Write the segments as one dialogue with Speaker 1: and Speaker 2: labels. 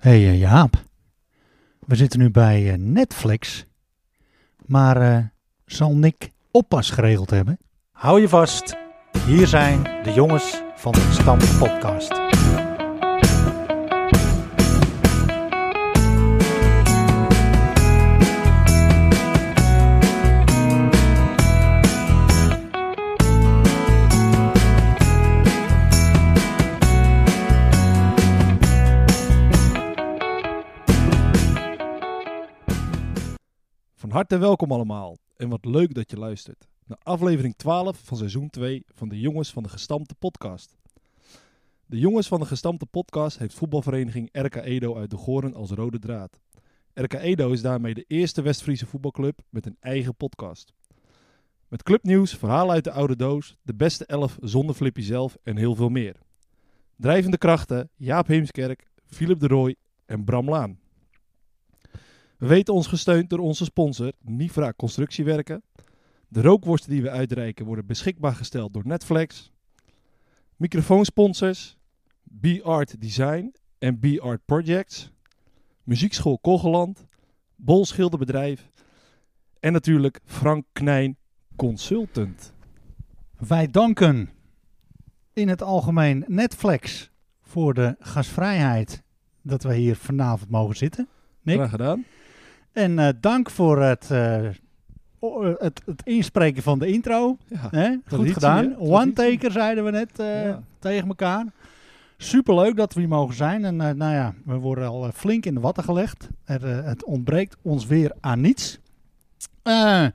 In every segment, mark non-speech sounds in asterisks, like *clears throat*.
Speaker 1: hey, eh, Jaap, we zitten nu bij eh, Netflix, maar eh, zal Nick oppas geregeld hebben? Hou je vast, hier zijn de jongens van de Stam Podcast.
Speaker 2: Van harte welkom allemaal en wat leuk dat je luistert naar aflevering 12 van seizoen 2 van de Jongens van de Gestampte Podcast. De Jongens van de Gestampte Podcast heeft voetbalvereniging RK Edo uit de Goren als rode draad. RK Edo is daarmee de eerste West-Friese voetbalclub met een eigen podcast. Met clubnieuws, verhalen uit de oude doos, de beste elf zonder Flippy zelf en heel veel meer. Drijvende krachten Jaap Heemskerk, Philip de Rooij en Bram Laan. We weten ons gesteund door onze sponsor Nifra Constructiewerken. De rookworsten die we uitreiken worden beschikbaar gesteld door Netflix. Microfoonsponsors B-Art Design en B-Art Projects. Muziekschool Kogeland. Bol Schilderbedrijf. En natuurlijk Frank Knijn Consultant.
Speaker 1: Wij danken in het algemeen Netflix voor de gastvrijheid dat we hier vanavond mogen zitten. Nick?
Speaker 2: Graag gedaan.
Speaker 1: En eh, dank voor het, eh, o- eh, het, het inspreken van de intro.
Speaker 2: Ja,
Speaker 1: Hè? Goed
Speaker 2: Traditie,
Speaker 1: gedaan.
Speaker 2: hè?
Speaker 1: One
Speaker 2: Traditie.
Speaker 1: taker zeiden we net eh,
Speaker 2: Ja.
Speaker 1: tegen elkaar. Superleuk dat we hier mogen zijn. En eh, nou ja, we worden al eh, flink in de watten gelegd. Er, eh, het ontbreekt ons weer aan niets. Eh,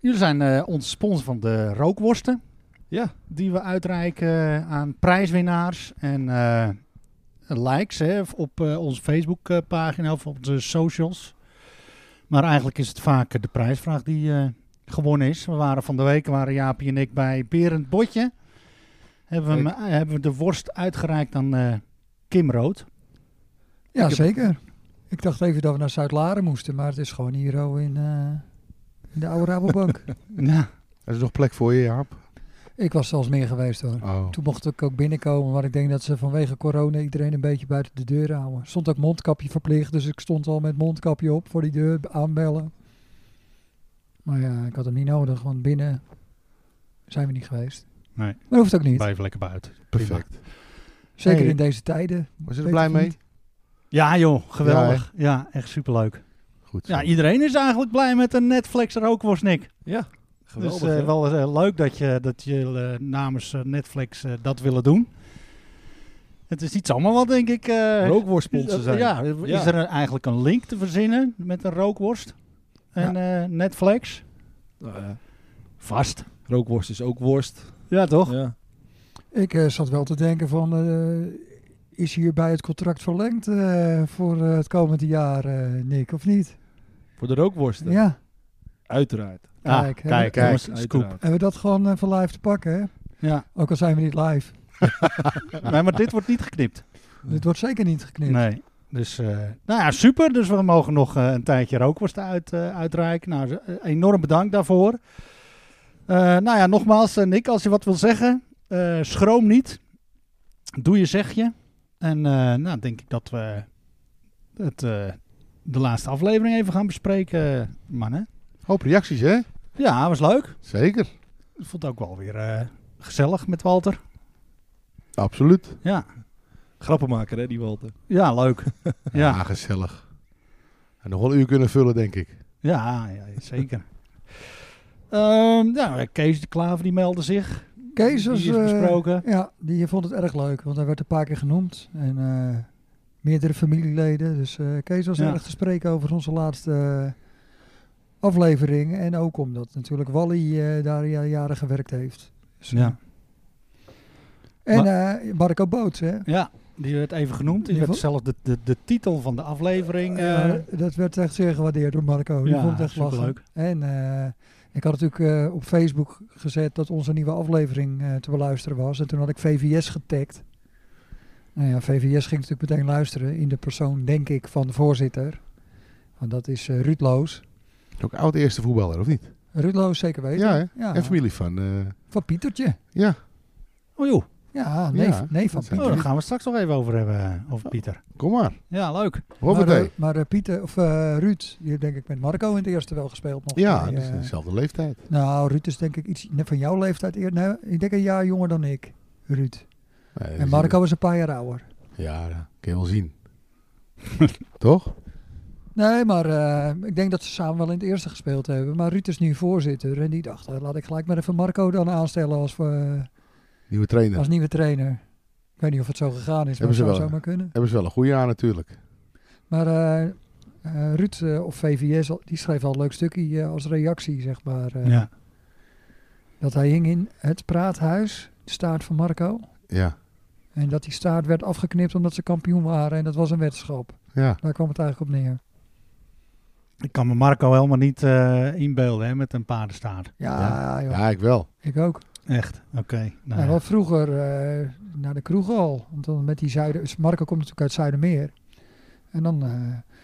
Speaker 1: jullie zijn eh, onze sponsor van de rookworsten.
Speaker 2: ja,
Speaker 1: Die we uitreiken aan prijswinnaars en eh, likes hè, op eh, onze Facebookpagina of op onze socials. Maar eigenlijk is het vaak de prijsvraag die eh, gewonnen is. We waren van de week, waren Jaapie en ik bij Berend Botje. Hebben we, hem, eh, hebben we de worst uitgereikt aan eh, Kim Rood.
Speaker 3: Ja,
Speaker 2: Ik heb-
Speaker 3: zeker. Ik dacht even dat we naar Zuid-Laren moesten, maar het is gewoon hier oh, in, eh, in de oude Rabobank.
Speaker 1: Ja.
Speaker 4: Er is nog plek voor je, Jaap.
Speaker 3: ik was zelfs meer geweest hoor.
Speaker 4: Oh.
Speaker 3: Toen mocht ik ook binnenkomen, maar ik denk dat ze vanwege corona iedereen een beetje buiten de deur houden. Er Stond ook mondkapje verplicht, dus ik stond al met mondkapje op voor die deur aanbellen. Maar ja, ik had hem niet nodig, want binnen zijn we niet geweest.
Speaker 1: Nee.
Speaker 3: Maar dat hoeft ook niet.
Speaker 1: Blijf lekker buiten.
Speaker 4: Perfect.
Speaker 3: Zeker
Speaker 1: Hey.
Speaker 3: in deze tijden.
Speaker 4: Was je
Speaker 3: Weet
Speaker 4: er blij
Speaker 3: je
Speaker 4: mee?
Speaker 3: niet?
Speaker 1: Ja joh, geweldig. Ja, echt superleuk.
Speaker 4: Goed.
Speaker 1: Ja,
Speaker 4: zo.
Speaker 1: iedereen is eigenlijk blij met een Netflix rookworst, Nick.
Speaker 2: ja. geweldig.
Speaker 1: dus eh,
Speaker 2: hè?
Speaker 1: wel eh, leuk dat je dat jullie eh, namens eh, Netflix eh, dat willen doen. Het is iets allemaal wat, denk ik. eh,
Speaker 2: Rookworstsponsen zijn.
Speaker 1: Ja, is
Speaker 2: Ja.
Speaker 1: er een- eigenlijk een link te verzinnen met een rookworst en eh, Netflix?
Speaker 2: Nou ja,
Speaker 1: Vast.
Speaker 2: rookworst is ook worst.
Speaker 1: Ja, toch?
Speaker 2: Ja.
Speaker 3: Ik eh, zat wel te denken van, eh, is hierbij het contract verlengd eh, voor eh, het komende jaar, eh, Nick, of niet?
Speaker 2: Voor de rookworsten.
Speaker 3: Ja,
Speaker 2: Uiteraard.
Speaker 1: Ah,
Speaker 3: Kijk, hè.
Speaker 1: kijk,
Speaker 4: Kijk,
Speaker 1: jongens, scoop.
Speaker 2: uiteraard.
Speaker 3: hebben we dat gewoon eh, van live te pakken, hè?
Speaker 1: Ja.
Speaker 3: Ook al zijn we niet live.
Speaker 1: Nee, maar dit wordt niet geknipt.
Speaker 3: Dit wordt zeker niet geknipt.
Speaker 1: Nee. Dus, eh, nou ja, super. Dus we mogen nog eh, een tijdje rookworst uit, eh, uitreiken. Nou, eh, enorm bedankt daarvoor. Eh, nou ja, nogmaals, eh, Nick, als je wat wil zeggen, eh, schroom niet. Doe je zegje. En eh, nou, denk ik dat we het, eh, de laatste aflevering even gaan bespreken, mannen.
Speaker 4: Hoop reacties, hè?
Speaker 1: Ja, was leuk.
Speaker 4: Zeker.
Speaker 1: Ik vond het ook wel weer eh, gezellig met Walter.
Speaker 4: Absoluut.
Speaker 1: Ja,
Speaker 2: Grappenmaker, hè, die Walter.
Speaker 1: ja leuk. ja.
Speaker 4: gezellig. En nog wel een uur kunnen vullen, denk ik.
Speaker 1: Ja, ja zeker. Ehm ja, Kees de Klaver die meldde zich.
Speaker 3: Kees was...
Speaker 1: die is
Speaker 3: eh,
Speaker 1: besproken.
Speaker 3: ja, die eh, vond het erg leuk, want hij werd een paar keer genoemd. En eh, meerdere familieleden. Dus eh, Kees was
Speaker 1: Ja.
Speaker 3: erg te spreken over onze laatste eh, aflevering. En ook omdat natuurlijk Wally eh, daar ja- jaren gewerkt heeft. Dus,
Speaker 1: Ja.
Speaker 3: En eh Marco Boots, hè?
Speaker 1: ja, die werd even genoemd. Die
Speaker 3: Die
Speaker 1: werd
Speaker 3: vond-
Speaker 1: zelfs de, de, de titel van de aflevering. eh,
Speaker 3: Ja, dat werd echt zeer gewaardeerd door Marco. Die
Speaker 1: Ja,
Speaker 3: vond het echt lachen.
Speaker 1: superleuk.
Speaker 3: En eh, ik had natuurlijk eh, op Facebook gezet dat onze nieuwe aflevering eh, te beluisteren was. En toen had ik VVS getagd. Nou ja, VVS ging natuurlijk meteen luisteren in de persoon, denk ik, van de voorzitter. Want dat is eh, Ruud Loos.
Speaker 4: Ook oud eerste voetballer, of niet?
Speaker 3: Ruud Loos zeker weten.
Speaker 4: Ja, hè?
Speaker 3: ja.
Speaker 4: En familie van... eh,
Speaker 3: Van Pietertje.
Speaker 4: ja,
Speaker 1: oh joh,
Speaker 3: Ja, neef,
Speaker 4: Ja,
Speaker 3: neef van
Speaker 4: dat zijn-
Speaker 1: Oh,
Speaker 3: Pieter.
Speaker 1: daar gaan we het straks nog even over hebben, eh, over Pieter.
Speaker 4: Kom maar.
Speaker 1: Ja, leuk.
Speaker 3: maar
Speaker 4: Hoppatee.
Speaker 3: eh, maar eh, Pieter, of eh, Ruud, die heeft denk ik met Marco in het eerste wel gespeeld nog.
Speaker 4: ja,
Speaker 3: Die,
Speaker 4: dat is
Speaker 3: eh,
Speaker 4: dezelfde leeftijd.
Speaker 3: Nou, Ruud is denk ik iets net van jouw leeftijd. eer- Nee, ik denk een jaar jonger dan ik, Ruud.
Speaker 4: Nee, dat
Speaker 3: En
Speaker 4: is-
Speaker 3: Marco is een paar jaar ouder.
Speaker 4: Ja, dat kun je wel zien. *laughs* Toch?
Speaker 3: Nee, maar eh, ik denk dat ze samen wel in het eerste gespeeld hebben. Maar Ruud is nu voorzitter en die dacht, eh, laat ik gelijk maar even Marco dan aanstellen als, eh,
Speaker 4: Nieuwe trainer.
Speaker 3: als nieuwe trainer. Ik weet niet of het zo gegaan is, maar
Speaker 4: Hebben
Speaker 3: het
Speaker 4: ze
Speaker 3: zou
Speaker 4: wel.
Speaker 3: zomaar kunnen.
Speaker 4: Hebben ze wel een goede aan natuurlijk.
Speaker 3: Maar eh, eh, Ruud eh, of VVS, al- die schreef al een leuk stukje eh, als reactie, zeg maar. eh,
Speaker 1: Ja.
Speaker 3: Dat hij hing in het praathuis, de staart van Marco.
Speaker 4: Ja.
Speaker 3: En dat die staart werd afgeknipt omdat ze kampioen waren en dat was een weddenschap.
Speaker 4: Ja.
Speaker 3: Daar kwam het eigenlijk op neer.
Speaker 1: Ik kan me Marco helemaal niet eh, inbeelden hè, met een paardenstaart.
Speaker 3: Ja, joh,
Speaker 4: Ja, ik wel.
Speaker 3: ik ook.
Speaker 1: Echt, oké. Nou,
Speaker 3: Nou,
Speaker 1: ja.
Speaker 3: wel vroeger eh, naar de kroeg al. Want dan met die Zuiden... dus Marco komt natuurlijk uit Zuidermeer. En dan eh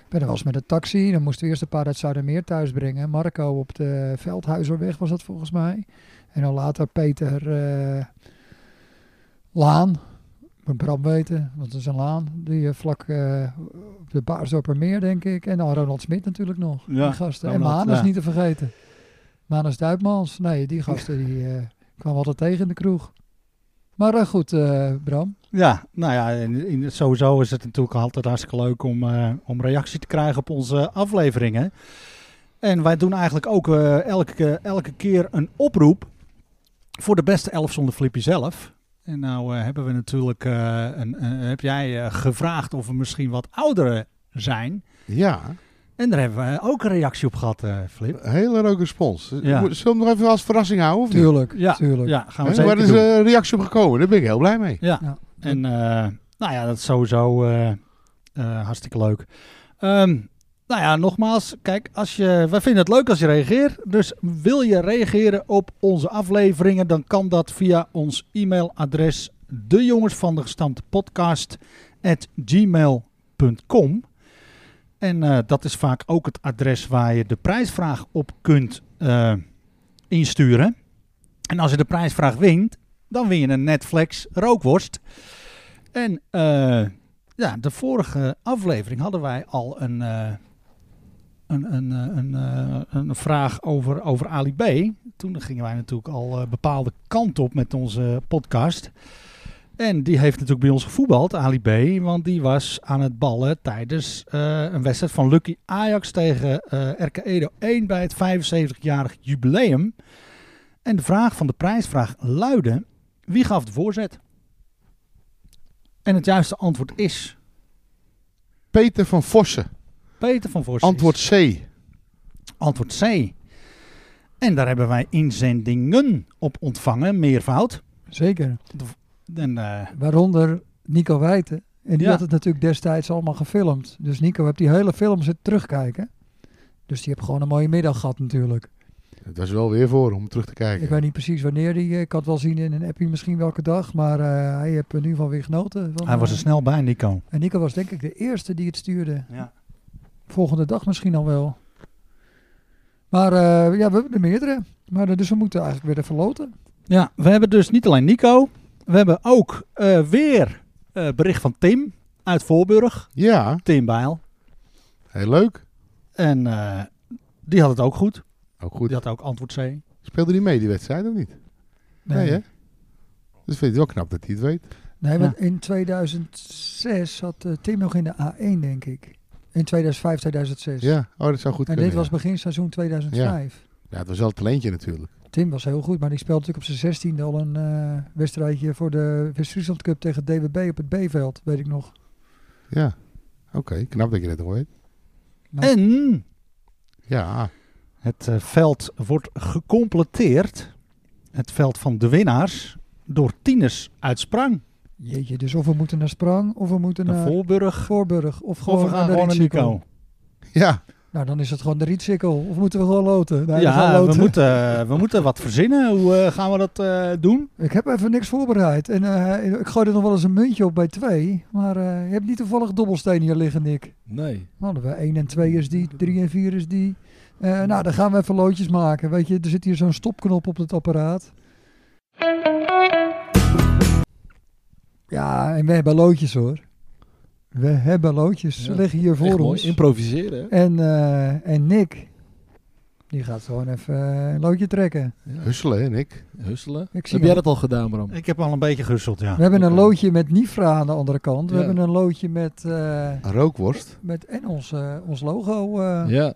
Speaker 3: ben er wel eens met een taxi. Dan moesten we eerst een paar uit Zuidermeer thuis brengen. Marco op de Veldhuizerweg was dat volgens mij. En dan later Peter eh, Laan. Moet Bram weten, want dat is een laan. Die eh, vlak eh, op de Baarsdorpermeer, denk ik. En dan Ronald Smit natuurlijk nog.
Speaker 1: Ja,
Speaker 3: die gasten. en
Speaker 1: Ronald,
Speaker 3: Manus
Speaker 1: ja.
Speaker 3: niet te vergeten. Manus Duitmans. Nee, die gasten die...
Speaker 1: *laughs*
Speaker 3: eh, ik kwam altijd tegen in de kroeg. Maar eh, goed, eh, Bram.
Speaker 1: Ja, nou ja, in, in- sowieso is het natuurlijk altijd hartstikke leuk om, eh, om reactie te krijgen op onze afleveringen. En wij doen eigenlijk ook eh, elke, elke keer een oproep voor de beste elf zonder Flippy zelf. En nou eh, hebben we natuurlijk, eh, een, eh, heb jij eh, gevraagd of we misschien wat ouderen zijn.
Speaker 4: Ja.
Speaker 1: En daar hebben we ook een reactie op gehad, eh, Flip.
Speaker 4: Een Hele leuke respons.
Speaker 1: Ja.
Speaker 4: Moet- Zullen we hem nog even als verrassing houden? Of niet?
Speaker 3: Tuurlijk,
Speaker 1: Ja,
Speaker 3: tuurlijk.
Speaker 1: Ja, gaan we
Speaker 4: Hè,
Speaker 1: zeker
Speaker 4: Waar is eh,
Speaker 1: doen.
Speaker 4: een reactie op gekomen? Daar ben ik heel blij mee.
Speaker 1: Ja.
Speaker 3: Ja.
Speaker 1: En eh, nou ja, dat is sowieso eh, eh, hartstikke leuk. Ehm, nou ja, nogmaals, kijk, als je, wij vinden het leuk als je reageert. Dus wil je reageren op onze afleveringen, dan kan dat via ons e-mailadres de jongens van de gestampte podcast gmail.com. En eh, dat is vaak ook het adres waar je de prijsvraag op kunt eh, insturen. En als je de prijsvraag wint, dan win je een Netflix rookworst. En eh, ja, de vorige aflevering hadden wij al een, eh, een, een, eh, een, eh, een vraag over, over Ali B. Toen gingen wij natuurlijk al eh, bepaalde kant op met onze podcast. En die heeft natuurlijk bij ons gevoetbald, Ali B. Want die was aan het ballen tijdens eh, een wedstrijd van Lucky Ajax tegen eh RK Edo 1 bij het 75-jarig jubileum. En de vraag van de prijsvraag luidde: wie gaf de voorzet? En het juiste antwoord is
Speaker 4: Peter van Vossen.
Speaker 1: Peter van Voorst.
Speaker 4: Antwoord C.
Speaker 1: Antwoord C. En daar hebben wij inzendingen op ontvangen, meervoud.
Speaker 3: Zeker.
Speaker 1: En, eh,
Speaker 3: Waaronder Nico Wijten. En die
Speaker 1: Ja.
Speaker 3: had het natuurlijk destijds allemaal gefilmd. Dus Nico heeft die hele film zitten terugkijken. Dus die heeft gewoon een mooie middag gehad natuurlijk.
Speaker 4: Dat was wel weer voor om terug te kijken.
Speaker 3: Ik weet niet precies wanneer die. eh, Ik had wel zien in een appie misschien welke dag. Maar eh, hij heeft er in ieder geval weer genoten. Van,
Speaker 1: hij was er
Speaker 3: eh,
Speaker 1: snel bij, Nico.
Speaker 3: En Nico was denk ik de eerste die het stuurde.
Speaker 1: Ja.
Speaker 3: Volgende dag misschien al wel. Maar eh, ja, we hebben er meerdere. Maar, eh, dus we moeten eigenlijk weer even loten.
Speaker 1: ja, we hebben dus niet alleen Nico. We hebben ook eh, weer eh, bericht van Tim uit Voorburg.
Speaker 4: Ja,
Speaker 1: Tim Bijl.
Speaker 4: heel leuk.
Speaker 1: En eh, die had het ook goed.
Speaker 4: Ook
Speaker 1: Die
Speaker 4: goed.
Speaker 1: had ook antwoord C.
Speaker 4: Speelde hij mee die wedstrijd of niet? Nee, hè? Dus vind ik het wel knap dat hij het weet.
Speaker 3: Nee, want in 2006 zat eh, Tim nog in de A1, denk ik. In 2005, 2006.
Speaker 4: Ja, oh, dat zou goed
Speaker 3: en
Speaker 4: kunnen.
Speaker 3: dit was
Speaker 4: ja.
Speaker 3: begin seizoen 2005.
Speaker 4: ja, het was wel een talentje natuurlijk.
Speaker 3: Tim was heel goed, maar die speelde natuurlijk op zijn 16e al een eh, wedstrijdje voor de West-Friesland Cup tegen DWB op het B-veld, weet ik nog.
Speaker 4: Ja, oké. Knap dat je dat nog weet.
Speaker 3: Nou.
Speaker 1: En
Speaker 4: Ja,
Speaker 1: Het eh, veld wordt gecompleteerd, het veld van de winnaars, door Tines uit Sprang. eh,
Speaker 3: Jeetje, dus of we moeten naar Sprang, of we moeten
Speaker 1: Naar
Speaker 3: naar
Speaker 1: Voorburg.
Speaker 3: Voorburg, of
Speaker 1: Of
Speaker 3: gewoon
Speaker 1: we
Speaker 3: naar
Speaker 1: gaan
Speaker 3: de
Speaker 1: gewoon naar
Speaker 3: Rietsikkel.
Speaker 1: Nico.
Speaker 4: ja.
Speaker 3: Nou, dan is het gewoon de Rietsikkel. Of moeten we gewoon loten? Nee, we gaan
Speaker 1: ja, we
Speaker 3: loten.
Speaker 1: moeten, we moeten wat verzinnen. Hoe eh, gaan we dat eh, doen?
Speaker 3: Ik heb even niks voorbereid. En eh, ik gooi er nog wel eens een muntje op bij twee. Maar eh, je hebt niet toevallig dobbelsteen hier liggen, Nick.
Speaker 2: Nee.
Speaker 3: Nou, hadden we 1 en 2 is die, 3 en 4 is die. Eh, nou, dan gaan we even loodjes maken. Weet je, er zit hier zo'n stopknop op het apparaat. Ja, en we hebben loodjes hoor. We hebben loodjes. Ze
Speaker 2: Ja,
Speaker 3: liggen hier voor
Speaker 2: Echt mooi.
Speaker 3: ons.
Speaker 2: Improviseren, hè?
Speaker 3: En, eh, en Nick, die gaat gewoon even eh, een loodje trekken.
Speaker 4: Husselen en ik.
Speaker 2: Husselen.
Speaker 3: Ik zie
Speaker 2: Heb jij
Speaker 3: hem.
Speaker 2: dat al gedaan, Bram?
Speaker 1: Ik heb al een beetje gehusteld, ja.
Speaker 3: We hebben een
Speaker 2: oké.
Speaker 3: loodje met Nifra aan de andere kant. We
Speaker 2: Ja.
Speaker 3: hebben een loodje met, eh,
Speaker 4: Een rookworst.
Speaker 3: met en ons, eh, ons logo. eh.
Speaker 2: Ja.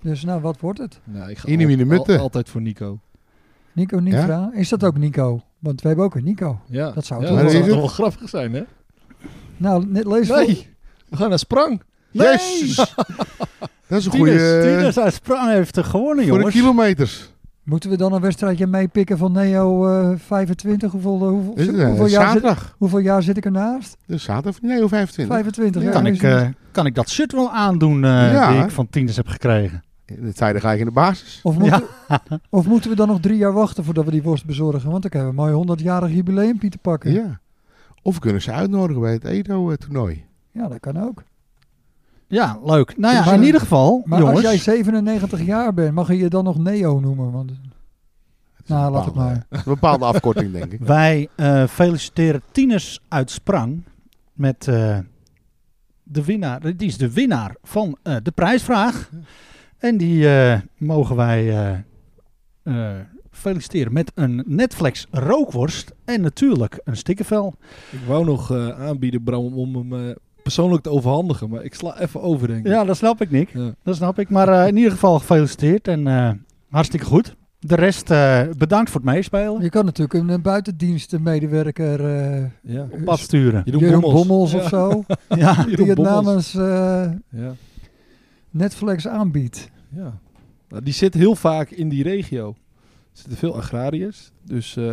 Speaker 3: Dus nou, wat wordt het?
Speaker 2: Nou, ik ga
Speaker 4: Inimine
Speaker 2: al- al-
Speaker 4: mutten.
Speaker 2: altijd voor Nico.
Speaker 3: Nico Nifra? Is dat ook Nico? Want we hebben ook een Nico.
Speaker 2: Ja.
Speaker 3: Dat zou
Speaker 2: ja,
Speaker 3: toch
Speaker 2: dat
Speaker 4: wel-
Speaker 2: zou toch wel grappig zijn, hè?
Speaker 3: Nou, net lees voor.
Speaker 2: Nee. We gaan naar Sprang. Nee.
Speaker 4: Yes! Dat is een
Speaker 1: Tieners,
Speaker 4: goede...
Speaker 1: Tieners uit Sprang heeft er gewonnen,
Speaker 4: Voor de
Speaker 1: jongens.
Speaker 4: kilometers.
Speaker 3: Moeten we dan een wedstrijdje meepikken van Neo eh, 25? Hoeveel, hoeveel,
Speaker 4: Is het, eh,
Speaker 3: hoeveel, jaar zit,
Speaker 4: zaterdag.
Speaker 3: hoeveel jaar zit ik ernaast?
Speaker 4: Dus zaterdag. Nee, of 25.
Speaker 3: 25
Speaker 4: Ja.
Speaker 3: jaar.
Speaker 1: Kan ik, eh, kan ik dat shirt wel aandoen eh,
Speaker 4: Ja.
Speaker 1: die ik van tieners heb gekregen?
Speaker 4: Dat zei de ga ik in de basis.
Speaker 3: of, moeten,
Speaker 2: *laughs*
Speaker 3: of moeten we dan nog drie jaar wachten voordat we die worst bezorgen? Want dan hebben we een mooi 100-jarig jubileumpje te pakken. Ja.
Speaker 4: Ja. Of we kunnen ze uitnodigen bij het Edo-toernooi.
Speaker 3: dat kan ook.
Speaker 1: Ja, leuk. Nou ja,
Speaker 3: Maar-
Speaker 1: in ieder geval,
Speaker 3: Maar
Speaker 1: jongens.
Speaker 3: als jij 97 jaar bent, mag je je dan nog Neo noemen? Want, nou, laat het maar.
Speaker 4: Een bepaalde afkorting, denk ik.
Speaker 1: Wij eh, feliciteren Tieners uit Sprang met eh, de winnaar. Die is de winnaar van eh, de prijsvraag. En die eh, mogen wij eh, eh, feliciteren met een Netflix rookworst. En natuurlijk een stikkervel.
Speaker 2: Ik wou nog eh, aanbieden, Bram, om hem eh, persoonlijk te overhandigen. Maar ik sla even over, denk ik.
Speaker 1: Ja, dat snap ik, Nick.
Speaker 2: Ja.
Speaker 1: Dat snap ik. Maar eh, in ieder geval gefeliciteerd en eh, hartstikke goed. De rest eh, bedankt voor het meespelen.
Speaker 3: Je kan natuurlijk een, eh, buitendienstenmedewerker, eh
Speaker 2: Ja.
Speaker 1: Op pad sturen.
Speaker 2: Jeroen,
Speaker 3: Jeroen
Speaker 2: Bommels.
Speaker 3: Bommels
Speaker 2: Ja.
Speaker 3: of
Speaker 2: *laughs*
Speaker 3: zo,
Speaker 1: Ja,
Speaker 2: Jeroen
Speaker 3: die het
Speaker 2: Bommels.
Speaker 3: namens eh,
Speaker 2: Ja.
Speaker 3: Netflix aanbiedt.
Speaker 2: Ja. Nou, die zit heel vaak in die regio. Er zitten veel agrariërs. Dus eh,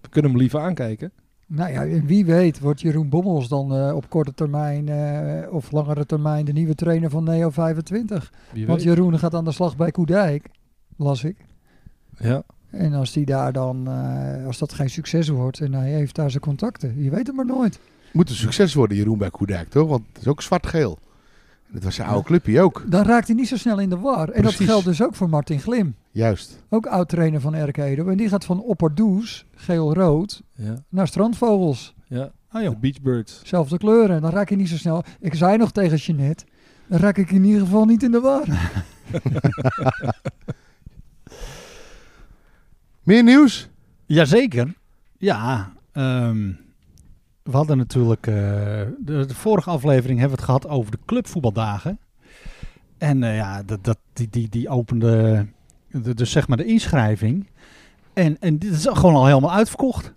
Speaker 2: we kunnen hem liever aankijken.
Speaker 3: Nou ja, en wie weet wordt Jeroen Bommels dan eh, op korte termijn eh, of langere termijn de nieuwe trainer van Neo 25.
Speaker 2: Wie
Speaker 3: Want
Speaker 2: weet.
Speaker 3: Jeroen gaat aan de slag bij Koedijk, las ik.
Speaker 2: Ja.
Speaker 3: En als die daar dan, eh, als dat geen succes wordt en hij heeft daar zijn contacten, je weet het maar nooit.
Speaker 4: Moet een succes worden, Jeroen bij Koedijk, toch? Want het is ook zwart-geel. En Dat was zijn oude clubje ook.
Speaker 3: Dan raakt hij niet zo snel in de war. En dat
Speaker 4: Precies.
Speaker 3: geldt dus ook voor Martin Glim,
Speaker 4: Juist.
Speaker 3: ook oud-trainer van RK Edo. En die gaat van opperdoes, geel-rood,
Speaker 2: Ja.
Speaker 3: naar strandvogels.
Speaker 2: ja.
Speaker 1: Oh,
Speaker 2: De
Speaker 1: joh.
Speaker 2: Beachbirds.
Speaker 3: Zelfde kleuren, dan raak je niet zo snel. Ik zei nog tegen Jeanette, dan raak ik in ieder geval niet in de war. *laughs*
Speaker 4: Meer nieuws?
Speaker 1: Jazeker. Ja, ehm, we hadden natuurlijk... eh, de, de vorige aflevering hebben we het gehad over de clubvoetbaldagen. En eh, ja, dat, dat, die, die, die opende de, dus zeg maar de inschrijving. En, en dit is gewoon al helemaal uitverkocht.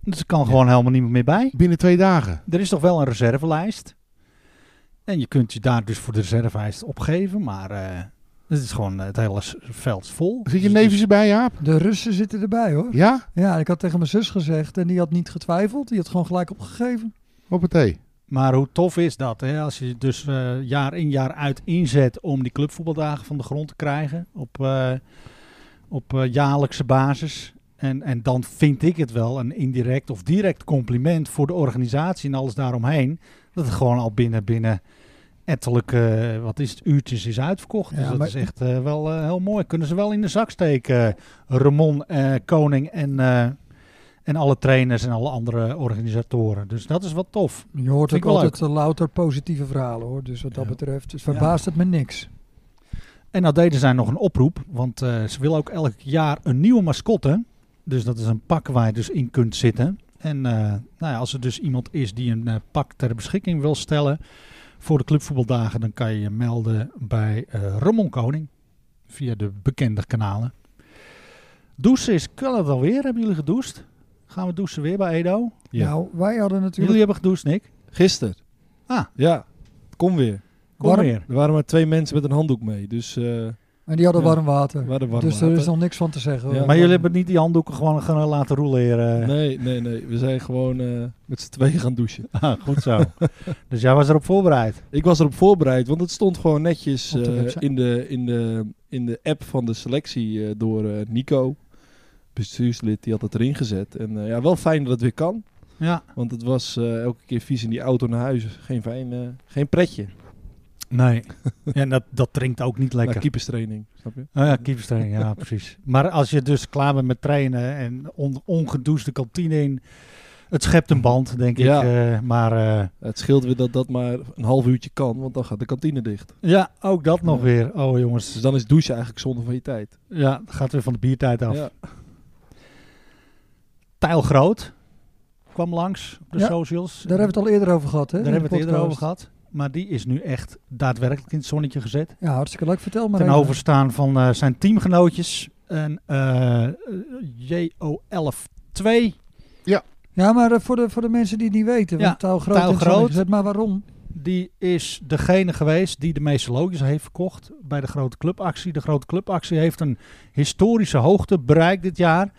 Speaker 1: Dus er kan gewoon helemaal niemand meer bij.
Speaker 4: Binnen twee dagen.
Speaker 1: Er is toch wel een reservelijst. En je kunt je daar dus voor de reservelijst opgeven. Maar eh, het is gewoon eh, het hele s- veld is vol. Dus-
Speaker 4: Zit je neefjes erbij, Jaap?
Speaker 3: De Russen zitten erbij hoor.
Speaker 4: Ja?
Speaker 3: Ja, ik had tegen mijn zus gezegd en die had niet getwijfeld. Die had gewoon gelijk opgegeven.
Speaker 4: Hoppatee.
Speaker 1: Maar hoe tof is dat? Hè? Als je dus eh, jaar in jaar uit inzet om die clubvoetbaldagen van de grond te krijgen. Op, eh, op eh, jaarlijkse basis. En, en dan vind ik het wel een indirect of direct compliment voor de organisatie en alles daaromheen. Dat het gewoon al binnen, binnen ettelijke, eh, wat is het, uurtjes is uitverkocht.
Speaker 3: Ja,
Speaker 1: dus dat
Speaker 3: maar-
Speaker 1: is echt eh, wel eh, heel mooi. Kunnen ze wel in de zak steken, Ramon eh, Koning en, eh, en alle trainers en alle andere organisatoren. Dus dat is wel tof.
Speaker 3: Je hoort
Speaker 1: Vind
Speaker 3: ook
Speaker 1: ik wel
Speaker 3: altijd eh, louter positieve verhalen hoor. Dus wat dat
Speaker 2: Ja.
Speaker 3: betreft dus verbaast het me niks.
Speaker 1: En nou deden zij nog een oproep, want eh, ze willen ook elk jaar een nieuwe mascotte. Dus dat is een pak waar je dus in kunt zitten. En eh, nou ja, als er dus iemand is die een eh, pak ter beschikking wil stellen voor de clubvoetbaldagen, dan kan je je melden bij eh Ramon Koning via de bekende kanalen. Douchen is, kan het alweer? Hebben jullie gedoucht? Gaan we douchen weer bij Edo?
Speaker 2: Ja.
Speaker 3: Nou, wij hadden natuurlijk
Speaker 1: Jullie hebben gedoucht, Nick?
Speaker 2: Gisteren.
Speaker 1: Ah.
Speaker 2: Ja. Kom weer.
Speaker 1: Kom
Speaker 3: warm.
Speaker 1: weer.
Speaker 2: Er waren maar twee mensen met een handdoek mee. Dus eh we
Speaker 3: En die hadden
Speaker 2: Ja.
Speaker 3: warm water.
Speaker 2: waren warm
Speaker 3: dus er
Speaker 2: water.
Speaker 3: is nog niks van te zeggen. hoor.
Speaker 2: Ja.
Speaker 1: Maar jullie hebben niet die handdoeken gewoon gaan laten eh. roleren?
Speaker 2: Nee, nee, nee. We zijn gewoon eh, met z'n tweeën gaan douchen.
Speaker 1: *laughs* Ah, goed zo. dus jij was erop voorbereid?
Speaker 2: Ik was erop voorbereid, want het stond gewoon netjes
Speaker 3: Op de
Speaker 2: eh,
Speaker 3: website.
Speaker 2: in, de, in, de, in de app van de selectie eh, door eh, Nico, bestuurslid, die had het erin gezet. En eh, ja, wel fijn dat het weer kan,
Speaker 1: Ja.
Speaker 2: want het was eh, elke keer vies in die auto naar huis. Geen, fijn, eh, geen pretje
Speaker 1: *laughs* Nee. en dat, dat drinkt ook niet
Speaker 2: naar
Speaker 1: lekker.
Speaker 2: keeperstraining, snap je?
Speaker 1: Oh ja, keeperstraining, ja, *laughs* precies. Maar als je dus klaar bent met trainen en on, ongedoucht de kantine in, Het schept een band, denk ik.
Speaker 2: Ja.
Speaker 1: eh, maar eh,
Speaker 2: Het scheelt weer dat dat maar een half uurtje kan, want dan gaat de kantine dicht.
Speaker 1: ja, ook dat nog
Speaker 2: Ja.
Speaker 1: weer. Oh
Speaker 2: Dus
Speaker 1: jongens,
Speaker 2: dan is douchen eigenlijk zonde van je tijd.
Speaker 1: ja, het gaat weer van de biertijd af.
Speaker 2: Ja.
Speaker 1: Tijl Groot kwam langs op de
Speaker 3: Ja,
Speaker 1: socials.
Speaker 3: Daar hebben we het al eerder over gehad, hè?
Speaker 1: Daar
Speaker 3: in de
Speaker 1: hebben we het eerder over
Speaker 3: podcast.
Speaker 1: gehad. Maar die is nu echt daadwerkelijk in het zonnetje gezet.
Speaker 3: Ja, hartstikke leuk. Vertel maar
Speaker 1: Ten
Speaker 3: even.
Speaker 1: overstaan van eh, zijn teamgenootjes. En eh JO11-2.
Speaker 3: Ja, maar eh, voor, de, voor de mensen die het niet weten.
Speaker 1: Ja,
Speaker 3: Want touw groot
Speaker 1: touw
Speaker 3: en
Speaker 1: groot.
Speaker 3: groot. Gezet, maar waarom?
Speaker 1: Die is degene geweest die de meeste loodjes heeft verkocht bij de grote clubactie. De grote clubactie heeft een historische hoogte bereikt dit jaar.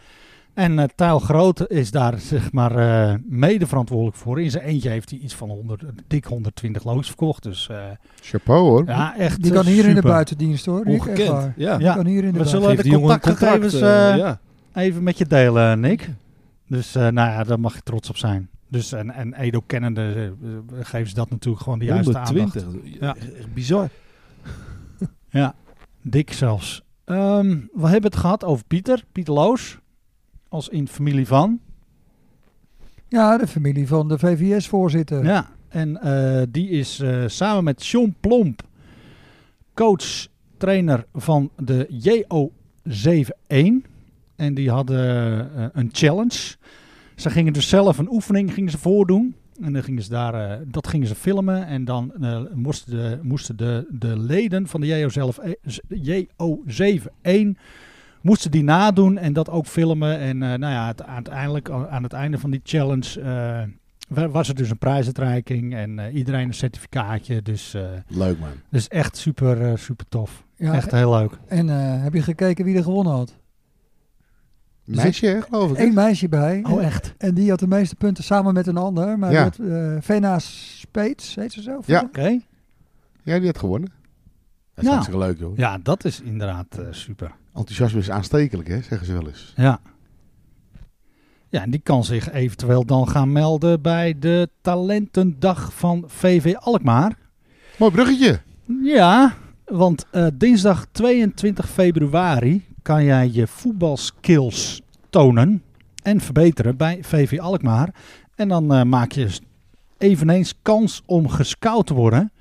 Speaker 1: En eh Tijl Grote is daar *laughs* zeg maar eh, mede verantwoordelijk voor. In zijn eentje heeft hij iets van 100, dik 120 loodjes verkocht. Dus eh,
Speaker 4: Chapeau hoor.
Speaker 1: ja, echt
Speaker 3: Die kan
Speaker 1: eh,
Speaker 3: hier in de
Speaker 1: super.
Speaker 3: buitendienst hoor. Rick, echt waar.
Speaker 2: Ongekend. Ja.
Speaker 1: Ja.
Speaker 3: Die kan hier in de
Speaker 1: We zullen-
Speaker 3: buitendienst.
Speaker 1: de
Speaker 2: die jongen een
Speaker 1: contactgegevens,
Speaker 2: contract, eh,
Speaker 1: eh,
Speaker 2: ja.
Speaker 1: even met je delen, eh, Nick. Dus eh, nou ja, daar mag je trots op zijn. Dus en, en Edo kennende eh, eh, geven ze dat natuurlijk gewoon de juiste aandacht.
Speaker 2: 120. Ja. Echt Bizar.
Speaker 1: Ja, dik zelfs. Ehm, we hebben het gehad over Pieter, Pieter Loos. Als in familie van.
Speaker 3: Ja, de familie van de VVS-voorzitter.
Speaker 1: Ja, en eh, die is eh, samen met John Plomp, coach, trainer van de JO71. En die hadden eh, een challenge. Ze gingen dus zelf een oefening gingen ze voordoen. En dan gingen ze daar, eh, dat gingen ze filmen. En dan eh, moesten, de, moesten de, de leden van de JO zelf, eh, JO71 moesten die nadoen en dat ook filmen. En eh, nou ja, het, uiteindelijk, aan het einde van die challenge eh, Wa- was er dus een prijsuitreiking en eh, iedereen een certificaatje. Dus, eh,
Speaker 4: Leuk man.
Speaker 1: dus echt super, eh, super tof.
Speaker 3: Ja,
Speaker 1: echt heel leuk.
Speaker 3: En eh, heb je gekeken wie er gewonnen had?
Speaker 4: Meisje hè, geloof ik. hè?
Speaker 3: Eén meisje bij.
Speaker 1: Oh, echt?
Speaker 3: En die had de meeste punten samen met een ander. Maar
Speaker 4: Ja.
Speaker 3: dat, eh, Vena Speets, heet ze zo?
Speaker 4: Ja.
Speaker 1: Oké.
Speaker 4: Ja, die had gewonnen. Dat is
Speaker 1: Ja.
Speaker 4: hartstikke leuk joh.
Speaker 1: Ja, dat is inderdaad eh, super.
Speaker 4: Enthousiasme is aanstekelijk hè, zeggen ze wel eens.
Speaker 1: Ja. Ja, en die kan zich eventueel dan gaan melden bij de talentendag van VV Alkmaar.
Speaker 4: Mooi bruggetje.
Speaker 1: Ja, want eh, dinsdag 22 februari kan jij je voetbalskills tonen en verbeteren bij VV Alkmaar. En dan eh, maak je eveneens kans om gescout te worden.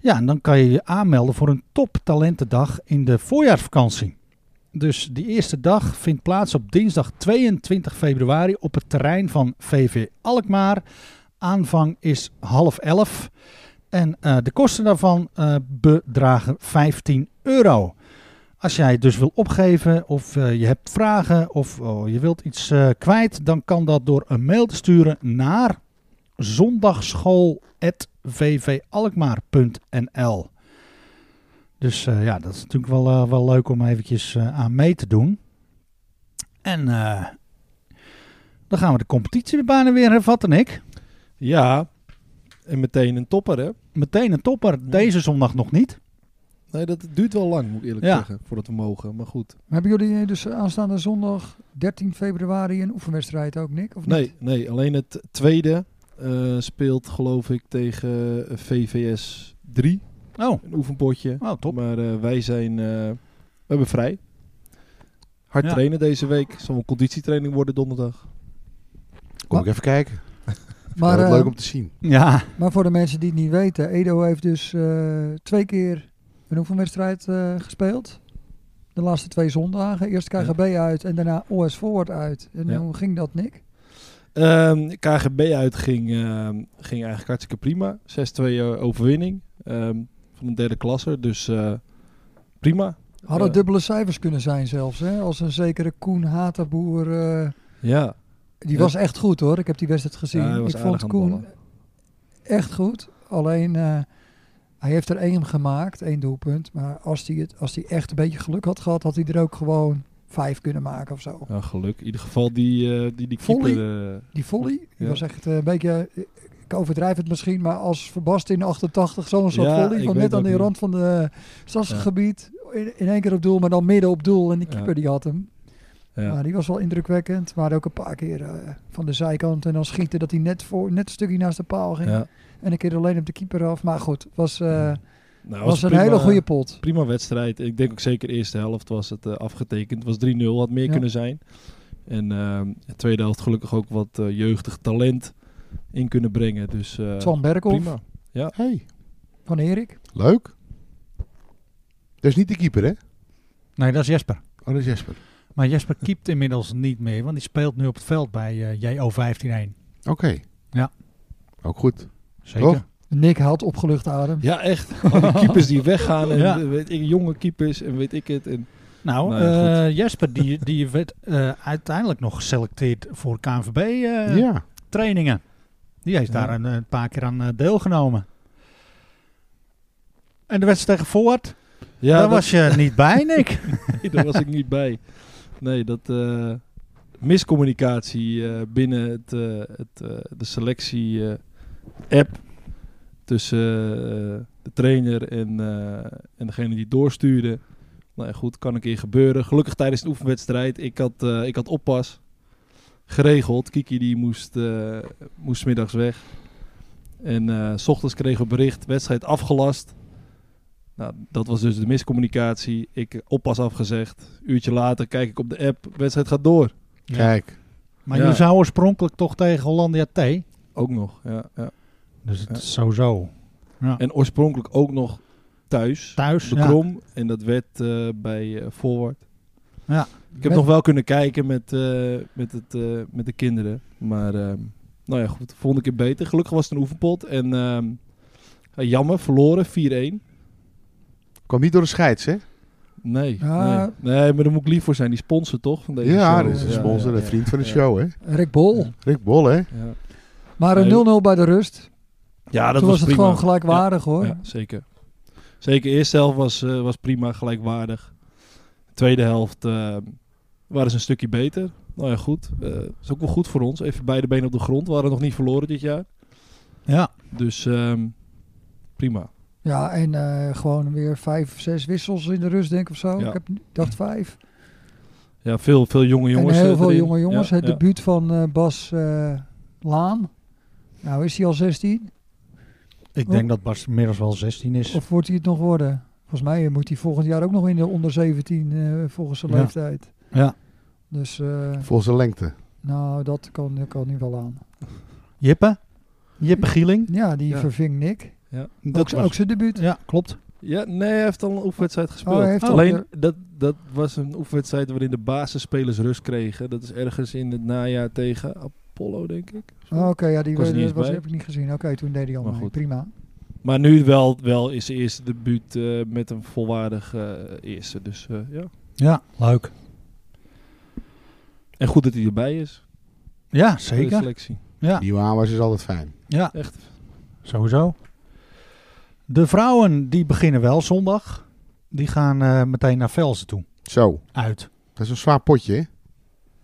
Speaker 1: Ja, en dan kan je je aanmelden voor een toptalentendag in de voorjaarsvakantie. Dus die eerste dag vindt plaats op dinsdag 22 februari op het terrein van VV Alkmaar. Aanvang is half elf. En eh, de kosten daarvan eh, bedragen 15 euro. Als jij het dus wil opgeven of eh, je hebt vragen of oh, je wilt iets eh, kwijt, dan kan dat door een mail te sturen naar zondagschool.vvalkmaar.nl. Dus eh, ja, dat is natuurlijk wel, eh, wel leuk om eventjes eh, aan mee te doen. En eh, dan gaan we de competitie bijna weer hervatten, ik.
Speaker 2: Ja. En meteen een topper, hè?
Speaker 1: Meteen een topper, deze zondag nog niet.
Speaker 2: Nee, dat duurt wel lang, moet ik eerlijk
Speaker 1: Ja.
Speaker 2: zeggen, voordat we mogen. Maar goed.
Speaker 3: Maar Hebben jullie eh, dus aanstaande zondag 13 februari een oefenwedstrijd ook, Nick? Of
Speaker 2: Nee,
Speaker 3: Niet?
Speaker 2: nee, alleen het tweede eh, speelt geloof ik tegen eh, VVS 3,
Speaker 1: Oh,
Speaker 2: een oefenpotje.
Speaker 1: oh top.
Speaker 2: Maar eh, wij zijn, eh, we hebben vrij. Hard
Speaker 1: Ja.
Speaker 2: trainen deze week. Zal wel conditietraining worden donderdag.
Speaker 4: Kom ik even kijken.
Speaker 3: Maar,
Speaker 4: Maar,
Speaker 3: eh,
Speaker 4: leuk om te zien.
Speaker 1: Ja,
Speaker 3: maar voor de mensen die het niet weten, Edo heeft dus eh, twee keer een oefenwedstrijd eh, gespeeld. De laatste twee zondagen. Eerst KGB uit en daarna OS Forward uit. En
Speaker 2: Ja.
Speaker 3: hoe ging dat, Nick?
Speaker 2: Ehm, KGB uit ging, ehm, ging eigenlijk hartstikke prima. 6-2 eh, overwinning ehm, van een derde klasse. Dus eh, prima.
Speaker 3: Hadden
Speaker 2: Eh,
Speaker 3: dubbele cijfers kunnen zijn zelfs. Hè? Als een zekere Koen Haterboer. eh,
Speaker 2: Ja,
Speaker 3: die
Speaker 2: Ja.
Speaker 3: was echt goed hoor. Ik heb die wedstrijd gezien.
Speaker 2: Ja, hij was
Speaker 3: ik
Speaker 2: aardig
Speaker 3: vond
Speaker 2: aan
Speaker 3: Koen
Speaker 2: ballen.
Speaker 3: echt goed. Alleen eh, hij heeft er één gemaakt, één doelpunt. Maar als hij, het, als hij echt een beetje geluk had gehad, had hij er ook gewoon vijf kunnen maken of zo.
Speaker 2: Nou, geluk. In ieder geval die, eh, die, die keeper.
Speaker 3: Volley.
Speaker 2: eh,
Speaker 3: Die volley, die
Speaker 2: Ja.
Speaker 3: was echt eh, een beetje. Ik overdrijf het misschien, maar als Verbast in 88 zo'n soort
Speaker 2: Ja,
Speaker 3: volley.
Speaker 2: ik
Speaker 3: Van
Speaker 2: weet
Speaker 3: net aan
Speaker 2: ook
Speaker 3: de
Speaker 2: niet.
Speaker 3: rand van de stadsgebied. In, in één keer op doel, maar dan midden op doel. En de
Speaker 2: Ja.
Speaker 3: keeper die had hem.
Speaker 2: eh, ja.
Speaker 3: Maar die was wel indrukwekkend. Maar ook een paar keer eh, van de zijkant en dan schieten dat hij net, voor, net een stukje naast de paal ging.
Speaker 2: ja.
Speaker 3: En een keer alleen op de keeper af. Maar goed, was, eh,
Speaker 2: Ja.
Speaker 3: was,
Speaker 2: Nou,
Speaker 3: een
Speaker 2: prima-
Speaker 3: hele goede pot.
Speaker 2: Prima wedstrijd. Ik denk ook zeker de eerste helft was het eh, afgetekend. Het was 3-0, had meer
Speaker 3: Ja.
Speaker 2: kunnen zijn. En eh, de tweede helft gelukkig ook wat eh, jeugdig talent in kunnen brengen. Dus eh,
Speaker 3: Twan Berkel
Speaker 2: prima.
Speaker 4: Hey,
Speaker 3: van Erik.
Speaker 4: leuk. Dat is niet de keeper, hè?
Speaker 1: Nee, dat is Jesper.
Speaker 4: Oh, dat is Jesper.
Speaker 1: Maar Jesper keept inmiddels niet meer, want die speelt nu op het veld bij eh JO15-1.
Speaker 4: Oké.
Speaker 1: Ja.
Speaker 4: Ook goed.
Speaker 1: Zeker.
Speaker 4: Toch?
Speaker 3: Nick haalt opgelucht adem.
Speaker 2: Ja, echt. Al die keepers
Speaker 1: *laughs*
Speaker 2: die weggaan. En
Speaker 1: Ja.
Speaker 2: eh, weet ik, jonge keepers en weet ik het. En
Speaker 1: Nou,
Speaker 2: Nou ja,
Speaker 1: eh, Jesper die, die werd eh, uiteindelijk nog geselecteerd voor KNVB-trainingen.
Speaker 4: ja.
Speaker 1: eh, die heeft daar
Speaker 2: Ja.
Speaker 1: een, een paar keer aan eh, deelgenomen. En de wedstrijd tegen Voort,
Speaker 2: ja,
Speaker 1: daar
Speaker 2: dat-
Speaker 1: was je niet *laughs* bij, Nick.
Speaker 2: Nee, daar was ik niet bij. Nee, dat eh, miscommunicatie eh, binnen het, eh, het, eh, de selectie-app tussen eh, de trainer en, eh, en degene die doorstuurde. Nou ja, goed, kan een keer gebeuren. Gelukkig tijdens de oefenwedstrijd, ik had, eh, ik had oppas geregeld. Kiki die moest, eh moest 's middags weg. En eh, s ochtends kregen we bericht, wedstrijd afgelast. Nou, dat was dus de miscommunicatie. Ik oppas afgezegd. Uurtje later kijk ik op de app. Wedstrijd gaat door.
Speaker 4: Kijk.
Speaker 1: Maar
Speaker 2: Ja.
Speaker 1: je zou oorspronkelijk toch tegen Hollandia T.
Speaker 2: Ook nog. Ja, ja.
Speaker 1: Dus het
Speaker 2: Ja.
Speaker 1: is sowieso.
Speaker 2: En oorspronkelijk ook nog thuis.
Speaker 1: Thuis,
Speaker 2: De
Speaker 1: ja.
Speaker 2: Krom. En dat werd eh, bij eh, Forward.
Speaker 1: Ja.
Speaker 2: Ik heb
Speaker 3: Met-
Speaker 2: nog wel kunnen kijken met, eh, met, het, eh, met de kinderen. Maar ehm, nou ja, goed. Volgende keer beter. Gelukkig was het een oefenpot. En ehm, ja, jammer, verloren. 4-1. Nee,
Speaker 4: Kwam niet door de scheids, hè?
Speaker 3: Ja.
Speaker 2: nee. Nee, maar daar moet ik lief voor zijn. Die sponsor toch? Van deze
Speaker 4: ja,
Speaker 2: show.
Speaker 4: dat is een
Speaker 3: ja,
Speaker 4: sponsor,
Speaker 2: ja,
Speaker 4: een vriend van de
Speaker 2: ja.
Speaker 4: show, hè?
Speaker 3: Rick Bol.
Speaker 4: Rick Bol, hè?
Speaker 2: Ja,
Speaker 3: Maar een 0-0
Speaker 2: Nee.
Speaker 3: bij de rust.
Speaker 2: ja dat
Speaker 3: Toen was het
Speaker 2: prima.
Speaker 3: gewoon gelijkwaardig hoor.
Speaker 2: Ja, zeker. Zeker, eerste helft was, eh, was prima, gelijkwaardig. Tweede helft eh, waren ze een stukje beter. Nou ja, goed. Eh is ook wel goed voor ons. Even beide benen op de grond. We waren nog niet verloren dit jaar.
Speaker 1: Ja.
Speaker 2: Dus ehm, prima.
Speaker 3: Ja, en eh, gewoon weer vijf, zes wissels in de rust, denk ik of zo.
Speaker 2: Ja.
Speaker 3: Ik heb, dacht vijf.
Speaker 2: Ja, veel, veel jonge jongens.
Speaker 3: en heel
Speaker 2: eh,
Speaker 3: veel
Speaker 2: erin.
Speaker 3: jonge jongens.
Speaker 2: Ja,
Speaker 3: het
Speaker 2: ja.
Speaker 3: debuut van eh, Bas eh, Laan. Nou, is hij al 16?
Speaker 1: Ik denk dat Bas inmiddels wel 16 is.
Speaker 3: Of wordt hij het nog worden? Volgens mij moet hij volgend jaar ook nog in de onder 17 eh, volgens zijn
Speaker 1: Ja.
Speaker 3: leeftijd.
Speaker 1: Ja.
Speaker 3: Dus eh,
Speaker 4: Volgens de lengte.
Speaker 3: nou, dat kan, dat kan nu wel aan.
Speaker 1: Jippe? Jippe Gieling?
Speaker 3: Ja, die
Speaker 2: Ja.
Speaker 3: verving Nick.
Speaker 1: Dat
Speaker 3: Ook,
Speaker 1: was-
Speaker 3: ook zijn debuut.
Speaker 1: ja, klopt.
Speaker 2: Ja, nee, hij heeft al een oefenwedstrijd gespeeld.
Speaker 3: Oh, hij heeft al-
Speaker 2: Alleen, dat, dat was een oefenwedstrijd waarin de basisspelers rust kregen. Dat is ergens in het najaar tegen Apollo, denk ik.
Speaker 3: Oh, Oké, ja, die
Speaker 2: Was er
Speaker 3: eh,
Speaker 2: niet eens
Speaker 3: was,
Speaker 2: bij?
Speaker 3: heb ik niet gezien. Oké, toen deed hij al
Speaker 2: Maar
Speaker 3: mee.
Speaker 2: goed.
Speaker 3: Prima.
Speaker 2: Maar nu wel, wel is zijn eerste debuut eh, met een volwaardig eh, eerste. Dus eh, ja.
Speaker 1: Ja, leuk.
Speaker 2: En goed dat hij erbij is.
Speaker 1: Ja,
Speaker 2: bij De
Speaker 1: zeker.
Speaker 2: selectie.
Speaker 1: Ja,
Speaker 4: Nieuwe aanwas is altijd fijn.
Speaker 1: ja.
Speaker 2: Echt.
Speaker 1: Sowieso. De vrouwen die beginnen wel zondag. Die gaan eh, meteen naar Velsen toe.
Speaker 4: Zo,
Speaker 1: Uit.
Speaker 4: dat is een zwaar potje, hè?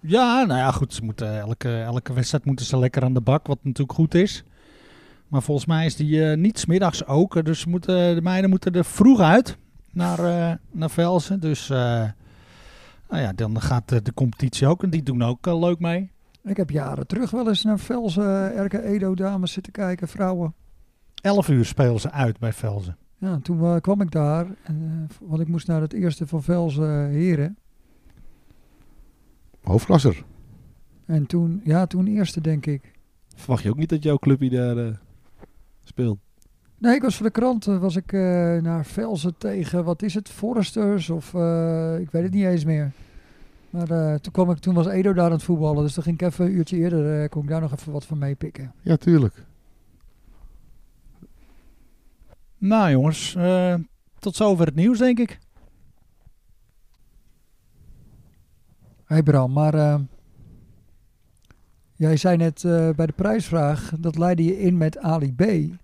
Speaker 1: Ja, nou ja, goed. Ze moeten elke, elke wedstrijd moeten ze lekker aan de bak, wat natuurlijk goed is. Maar volgens mij is die eh niet 's middags ook. eh, Dus ze moeten, de meiden moeten er vroeg uit naar, eh, naar Velsen. Dus eh, nou ja, dan gaat de, de competitie ook. En die doen ook eh, leuk mee.
Speaker 3: Ik heb jaren terug wel eens naar Velsen, Erke Edo dames zitten kijken, vrouwen.
Speaker 1: 11 uur spelen ze uit bij Velsen.
Speaker 3: Ja, toen eh, kwam ik daar, en, eh, want ik moest naar het eerste van Velsen Heren.
Speaker 4: Hoofdklasser.
Speaker 3: En toen, ja, toen eerste denk ik.
Speaker 2: Verwacht je ook niet dat jouw clubje daar eh, speelt?
Speaker 3: Nee, ik was voor de krant, eh, was ik eh, naar Velsen tegen, wat is het, Foresters of eh, ik weet het niet eens meer. Maar eh, toen, kwam ik, toen was Edo daar aan het voetballen, dus toen ging ik even een uurtje eerder, eh, kon ik daar nog even wat van meepikken.
Speaker 4: Ja, tuurlijk.
Speaker 1: Nou jongens, eh, tot zover het nieuws denk ik.
Speaker 3: Hey Bram, maar eh, jij zei net eh, bij de prijsvraag, dat leidde je in met Ali B.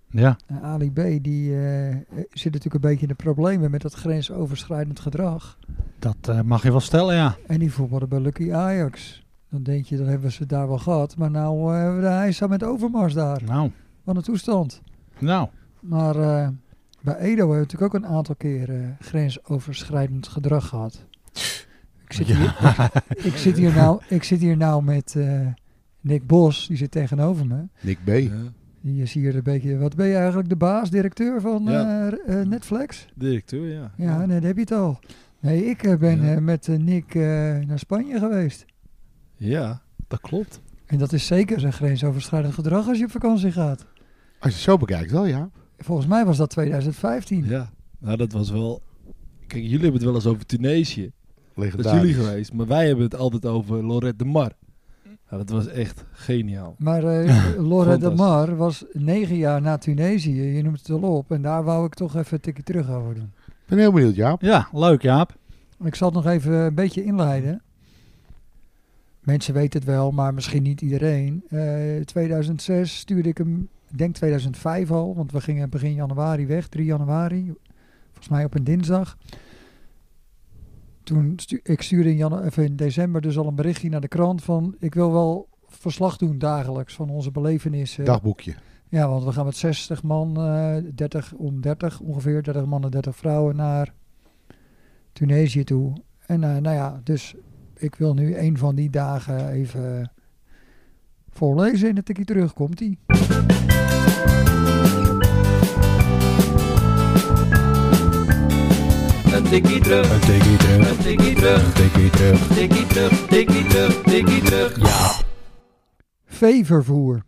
Speaker 1: Ja.
Speaker 3: Nou, Ali B die, eh, zit natuurlijk een beetje in de problemen met dat grensoverschrijdend gedrag.
Speaker 1: Dat eh, mag je wel stellen, ja.
Speaker 3: En die voetballen bij Lucky Ajax. Dan denk je, dan hebben we ze daar wel gehad. Maar nou eh, hebben we de eisa met Overmars daar.
Speaker 1: Nou,
Speaker 3: Wat een toestand.
Speaker 1: nou.
Speaker 3: Maar eh, bij Edo hebben we natuurlijk ook een aantal keer eh, grensoverschrijdend gedrag gehad. Ik zit, hier, ik, ik zit hier nou, ik zit hier nou met eh, Nick Bos, die zit tegenover me.
Speaker 4: Nick B.
Speaker 2: Ja.
Speaker 3: Die is hier een beetje, wat ben je eigenlijk, de baas, directeur van
Speaker 2: Ja.
Speaker 3: eh, eh, Netflix?
Speaker 2: Directeur, ja.
Speaker 3: Ja, nee, daar heb je het al. Nee, ik eh, ben
Speaker 2: Ja.
Speaker 3: eh, met eh, Nick eh, naar Spanje geweest.
Speaker 2: Ja, dat klopt.
Speaker 3: En dat is zeker een grensoverschrijdend gedrag als je op vakantie gaat.
Speaker 4: Als je het zo bekijkt, wel ja.
Speaker 3: Volgens mij was dat 2015.
Speaker 2: Ja, nou dat was wel... Kijk, jullie hebben het wel eens over Tunesië. Dat is
Speaker 4: Legendarisch.
Speaker 2: jullie geweest. Maar wij hebben het altijd over Lorette de Mar. Nou, dat was echt geniaal.
Speaker 3: Maar eh Laura de
Speaker 2: Fantastisch.
Speaker 3: Mar was negen jaar na Tunesië. Je noemt het al op. En daar wou ik toch even een tikje terug over doen.
Speaker 4: Ik ben heel benieuwd, Jaap.
Speaker 1: Ja, leuk Jaap.
Speaker 3: Ik zal het nog even een beetje inleiden. Mensen weten het wel, maar misschien niet iedereen. Eh 2006 stuurde ik hem, ik denk 2005 al, want we gingen begin januari weg, 3 januari. Volgens mij op een dinsdag. Toen stu ik stuurde in, janu- of in december dus al een berichtje naar de krant van... ik wil wel verslag doen dagelijks van onze belevenissen.
Speaker 4: Dagboekje.
Speaker 3: Ja, want we gaan met 60 man, eh 30 om 30 ongeveer, 30 mannen, 30 vrouwen naar Tunesië toe. En eh, nou ja, dus ik wil nu een van die dagen even voorlezen en dat ik hier terugkomt. Die.
Speaker 5: Een tikkie terug,
Speaker 6: Een tikkie terug,
Speaker 5: een tikkie terug,
Speaker 6: een tikkie terug.
Speaker 5: tikkie terug, tikkie terug, tikkie terug.
Speaker 6: Ja.
Speaker 3: Veevervoer.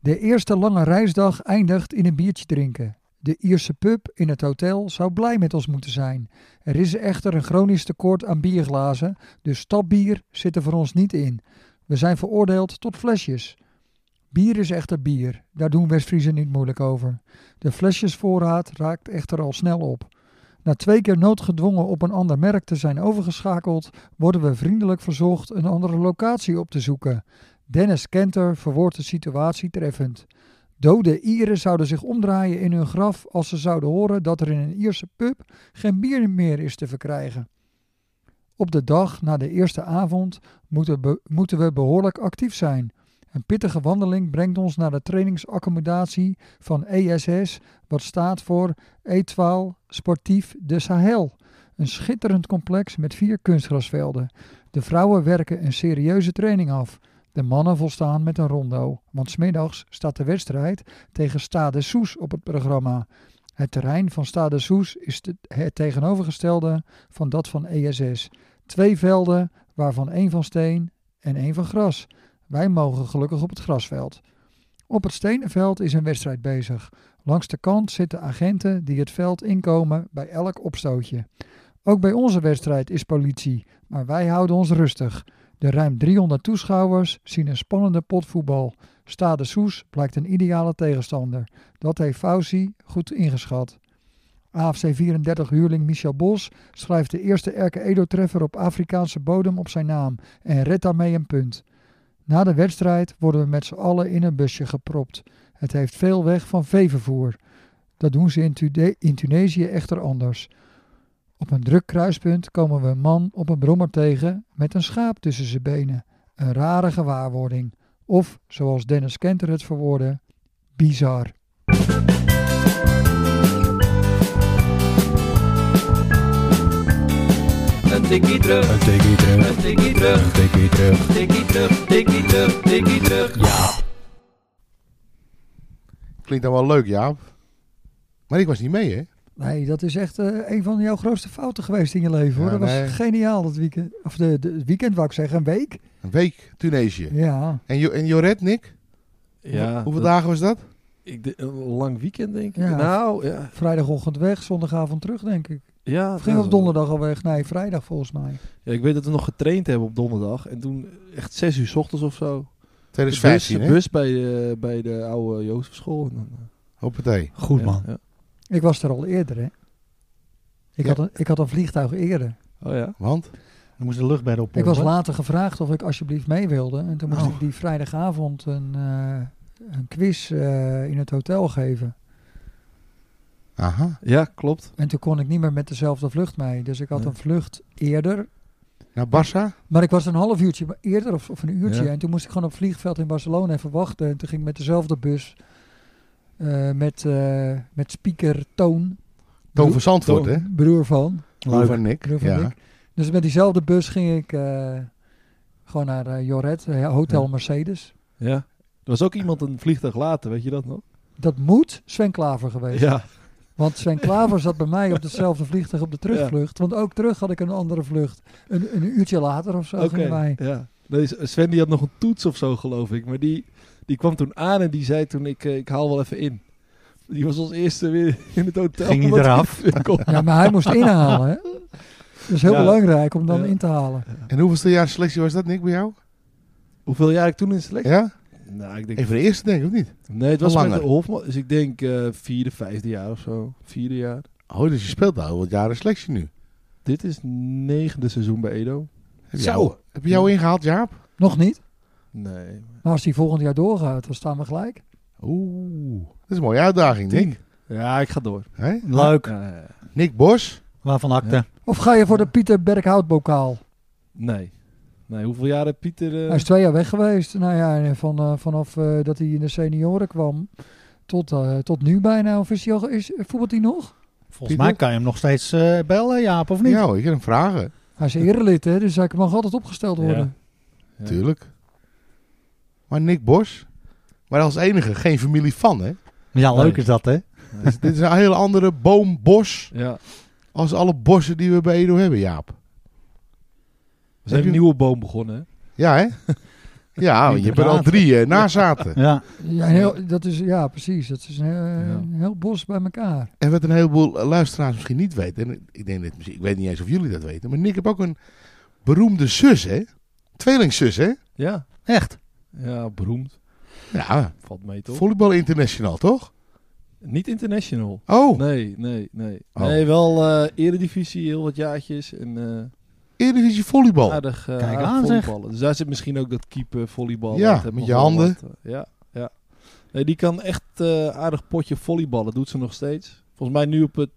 Speaker 3: De eerste lange reisdag eindigt in een biertje drinken. De Ierse pub in het hotel zou blij met ons moeten zijn. Er is echter een chronisch tekort aan bierglazen, dus stapbier zit er voor ons niet in. We zijn veroordeeld tot flesjes. Bier is echter bier, daar doen West-Friesen niet moeilijk over. De flesjesvoorraad raakt echter al snel op. Na twee keer noodgedwongen op een ander merk te zijn overgeschakeld, worden we vriendelijk verzocht een andere locatie op te zoeken. Dennis Kenter verwoordt de situatie treffend. Dode Ieren zouden zich omdraaien in hun graf als ze zouden horen dat er in een Ierse pub geen bier meer is te verkrijgen. Op de dag na de eerste avond moeten, be- moeten we behoorlijk actief zijn. Een pittige wandeling brengt ons naar de trainingsaccommodatie van ESS, wat staat voor Etoile Sportief de Sahel. Een schitterend complex met vier kunstgrasvelden. De vrouwen werken een serieuze training af. De mannen volstaan met een rondo, want smiddags staat de wedstrijd tegen Stade Soes op het programma. Het terrein van Stade Soes is te- het tegenovergestelde van dat van ESS. Twee velden, waarvan één van steen en één van gras. Wij mogen gelukkig op het grasveld. Op het stenenveld is een wedstrijd bezig. Langs de kant zitten agenten die het veld inkomen bij elk opstootje. Ook bij onze wedstrijd is politie, maar wij houden ons rustig. De ruim 300 toeschouwers zien een spannende potvoetbal. Stade Soes blijkt een ideale tegenstander. Dat heeft Fauci goed ingeschat. AFC 34 huurling Michel Bos schrijft de eerste Erke Edo-treffer op Afrikaanse bodem op zijn naam en redt daarmee een punt. Na de wedstrijd worden we met z'n allen in een busje gepropt. Het heeft veel weg van veevervoer. Dat doen ze in, Tude- in Tunesië echter anders. Op een druk kruispunt komen we een man op een brommer tegen met een schaap tussen zijn benen. Een rare gewaarwording. Of, zoals Dennis Kenter het verwoordde, bizar.
Speaker 5: Een tikkie terug,
Speaker 6: Een tikkie terug,
Speaker 5: een tikkie terug,
Speaker 6: een tikkie terug.
Speaker 5: tikkie terug, tikkie terug, tikkie terug.
Speaker 6: Ja.
Speaker 4: Klinkt dan wel leuk, Jaap. Maar ik was niet mee, hè?
Speaker 3: Nee, dat is echt eh, een van jouw grootste fouten geweest in je leven hoor.
Speaker 4: Ja,
Speaker 3: dat
Speaker 4: nee.
Speaker 3: was geniaal dat weekend. Of de, de het weekend wou ik zeggen, een week.
Speaker 4: Een week Tunesië.
Speaker 3: Ja.
Speaker 4: En, jo en Joret, Nick?
Speaker 2: Ja,
Speaker 4: Hoeveel
Speaker 2: dat-
Speaker 4: dagen was dat?
Speaker 2: Ik, de- een lang weekend denk ik.
Speaker 3: Ja.
Speaker 2: Nou, ja.
Speaker 3: Vrijdagochtend weg, zondagavond terug denk ik.
Speaker 2: ja
Speaker 3: Of ging we
Speaker 2: nou,
Speaker 3: op donderdag al weg? Nee, vrijdag volgens mij.
Speaker 2: Ja, ik weet dat we nog getraind hebben op donderdag. En toen echt zes uur 's ochtends of zo. De bus,
Speaker 4: 2015,
Speaker 2: de
Speaker 4: hè?
Speaker 2: bus bij, de, bij de oude Jozefschool. En dan, eh,
Speaker 4: Hoppatee.
Speaker 1: Goed
Speaker 2: ja,
Speaker 1: man.
Speaker 2: ja.
Speaker 3: Ik was er al eerder hè. Ik,
Speaker 4: Ja.
Speaker 3: had, een, ik had een vliegtuig eerder.
Speaker 2: Oh ja.
Speaker 4: Want?
Speaker 1: We moesten de luchtbed op.
Speaker 3: Ik was later gevraagd of ik alsjeblieft mee wilde. En toen moest
Speaker 1: Oh.
Speaker 3: ik die vrijdagavond een, eh, een quiz eh, in het hotel geven.
Speaker 4: Aha.
Speaker 2: Ja, klopt.
Speaker 3: En toen kon ik niet meer met dezelfde vlucht mee. Dus ik had
Speaker 2: Nee.
Speaker 3: een vlucht eerder.
Speaker 4: Naar Barça?
Speaker 3: Maar ik was een half uurtje eerder of, of een uurtje.
Speaker 2: Ja.
Speaker 3: En toen moest ik gewoon op het vliegveld in Barcelona even wachten. En toen ging ik met dezelfde bus. eh, met, eh, met speaker Toon.
Speaker 4: Toon
Speaker 3: Broer-
Speaker 4: van Zandvoort,
Speaker 3: Toon,
Speaker 4: hè?
Speaker 3: Broer van.
Speaker 4: Broer van Nick.
Speaker 3: Broer van
Speaker 4: ja.
Speaker 3: Nick. Dus met diezelfde bus ging ik eh, gewoon naar eh, Joret. eh, Hotel
Speaker 2: Ja.
Speaker 3: Mercedes.
Speaker 2: Ja. Er was ook iemand een vliegtuig later, weet je dat nog?
Speaker 3: Dat moet Sven Klaver geweest
Speaker 2: Ja.
Speaker 3: Want
Speaker 2: *laughs*
Speaker 3: Sven Klaver zat bij mij op hetzelfde vliegtuig op de terugvlucht. Want ook terug had ik een andere vlucht. Een, een uurtje later of zo
Speaker 2: Oké.
Speaker 3: gingen wij.
Speaker 2: Ja. Nee, Sven die had nog een toets of zo, geloof ik. Maar die, die kwam toen aan en die zei toen, ik, eh, ik haal wel even in. Die was als eerste weer in het hotel. *laughs*
Speaker 1: Ging hij
Speaker 2: omdat
Speaker 1: eraf?
Speaker 2: weer kon.
Speaker 3: Ja, maar hij moest inhalen. Hè? Dat is heel
Speaker 2: Ja.
Speaker 3: belangrijk om dan
Speaker 2: Ja.
Speaker 3: in te halen.
Speaker 4: En hoeveelste jaar selectie was dat, Nick, bij jou?
Speaker 2: Hoeveel jaar ik toen in selectie?
Speaker 4: Ja?
Speaker 2: Nou, ik denk...
Speaker 4: Even de eerste, denk ik, of niet?
Speaker 2: Nee, het was met
Speaker 4: Langer.
Speaker 2: de Hofman. Dus ik denk eh, vierde, vijfde jaar of zo. Vierde jaar.
Speaker 4: Oh, dus je speelt al wat jaren selectie nu.
Speaker 2: Dit is negende seizoen bij Edo.
Speaker 4: Heb je
Speaker 2: Zo.
Speaker 4: jou- Heb je jou ingehaald, Jaap?
Speaker 3: Nog niet.
Speaker 2: Nee.
Speaker 3: Maar als die volgend jaar doorgaat, dan staan we gelijk.
Speaker 4: Oeh, dat is een mooie uitdaging, Nick.
Speaker 2: Ja, ik ga door.
Speaker 4: Hè?
Speaker 1: Leuk.
Speaker 2: Ja, ja, ja.
Speaker 4: Nick Bos,
Speaker 1: Waarvan akte?
Speaker 3: Of ga je voor de Pieter Berghout bokaal?
Speaker 2: nee. Nee, hoeveel jaar heeft Pieter... eh,
Speaker 3: Hij is twee jaar weg geweest. Nou ja, en van, eh, vanaf eh, dat hij in de senioren kwam tot, eh, tot nu bijna. Of is hij al, is, voetbalt hij nog?
Speaker 1: Volgens mij kan je hem nog steeds eh, bellen, Jaap, of niet?
Speaker 4: ja hoor, ik heb hem vragen.
Speaker 2: *laughs*
Speaker 3: Hij is erelid, hè, dus hij mag altijd opgesteld worden.
Speaker 2: Ja.
Speaker 4: Tuurlijk. Maar Nick Bos, maar als enige geen familie van,
Speaker 2: *laughs*
Speaker 4: hè?
Speaker 1: Ja, leuk
Speaker 2: Nee.
Speaker 1: is dat, hè?
Speaker 4: Dus dit is een hele andere boombos
Speaker 2: Ja.
Speaker 4: als alle bossen die we bij Edo hebben, Jaap.
Speaker 2: We zijn
Speaker 4: je-
Speaker 2: een nieuwe boom begonnen, hè?
Speaker 4: Ja, hè? Ja, want je hebt er al
Speaker 1: Inderdaad.
Speaker 4: drie eh, nazaten.
Speaker 1: Ja.
Speaker 3: Ja, een heel, dat is, ja precies. Dat is een, heel- een heel bos bij elkaar.
Speaker 4: En wat een heleboel eh, luisteraars misschien niet weten, en ik, denk dat, misschien- ik weet niet eens of jullie dat weten, maar Nick heeft ook een beroemde zus, hè? Tweelingzus, hè?
Speaker 2: Ja.
Speaker 1: Echt?
Speaker 2: Ja, beroemd.
Speaker 4: Ja,
Speaker 2: Valt mee, toch?
Speaker 4: volleybal international, toch?
Speaker 2: Niet international.
Speaker 4: Oh,
Speaker 2: Nee, nee, nee.
Speaker 4: Oh.
Speaker 2: Nee, wel eh, eredivisie, heel wat jaartjes. En eh
Speaker 4: Eredivisie volleybal.
Speaker 2: aardig, eh
Speaker 1: Kijk
Speaker 2: aardig
Speaker 1: aan, zeg.
Speaker 2: volleyballen. Dus daar zit misschien ook dat keeper, volleybal.
Speaker 4: Ja,
Speaker 2: dat heb
Speaker 4: met
Speaker 2: nog
Speaker 4: je
Speaker 2: wel
Speaker 4: handen.
Speaker 2: wat, eh, ja, ja. Nee, die kan echt eh, aardig potje volleyballen. Doet ze nog steeds. Volgens mij nu op het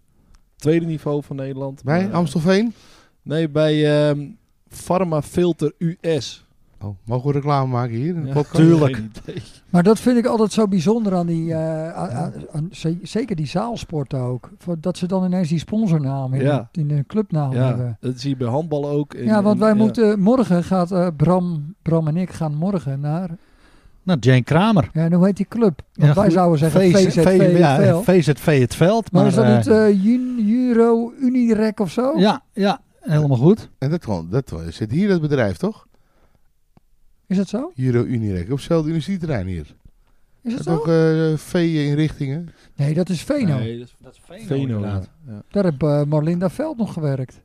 Speaker 2: tweede niveau van Nederland.
Speaker 4: Bij
Speaker 2: Maar- eh,
Speaker 4: Amstelveen?
Speaker 2: Nee, bij ehm Pharma Filter US.
Speaker 4: Oh, mogen we reclame maken hier in de
Speaker 2: Ja, *laughs*
Speaker 4: podcast?
Speaker 1: tuurlijk.
Speaker 2: geen idee.
Speaker 3: Maar dat vind ik altijd zo bijzonder aan die, eh, aan- aan- aan- ze- zeker die zaalsporten ook. Voor- Dat ze dan ineens die sponsornaam in,
Speaker 2: Ja.
Speaker 3: in een clubnaam
Speaker 2: Ja,
Speaker 3: hebben.
Speaker 2: dat zie je bij handballen ook. En-
Speaker 3: Ja, want
Speaker 2: en-
Speaker 3: wij moeten morgen gaat eh, Bram, Bram en ik gaan morgen naar.
Speaker 1: Nou, Jane Kramer.
Speaker 3: Ja, en hoe heet die club? Want
Speaker 1: Ja,
Speaker 3: wij
Speaker 1: goed.
Speaker 3: zouden zeggen
Speaker 1: VZ
Speaker 3: VZV.
Speaker 1: ja,
Speaker 3: VFL.
Speaker 1: VZV het veld. Maar,
Speaker 3: maar is dat
Speaker 1: eh,
Speaker 3: niet eh, Jun- Juro Unirec of zo?
Speaker 1: ja, ja, helemaal goed.
Speaker 4: En dat, kon- dat eh, zit hier dat bedrijf, toch?
Speaker 3: Is dat zo?
Speaker 4: Euro Unirec, op hetzelfde universiteitsterrein hier.
Speaker 3: Is dat zo?
Speaker 4: Dat toch eh V-inrichtingen?
Speaker 3: Nee, dat is Veno.
Speaker 2: Nee, dat is
Speaker 1: Dat is
Speaker 2: Veno, ja. Ja.
Speaker 3: Daar heb eh, Marlinda Veld nog gewerkt.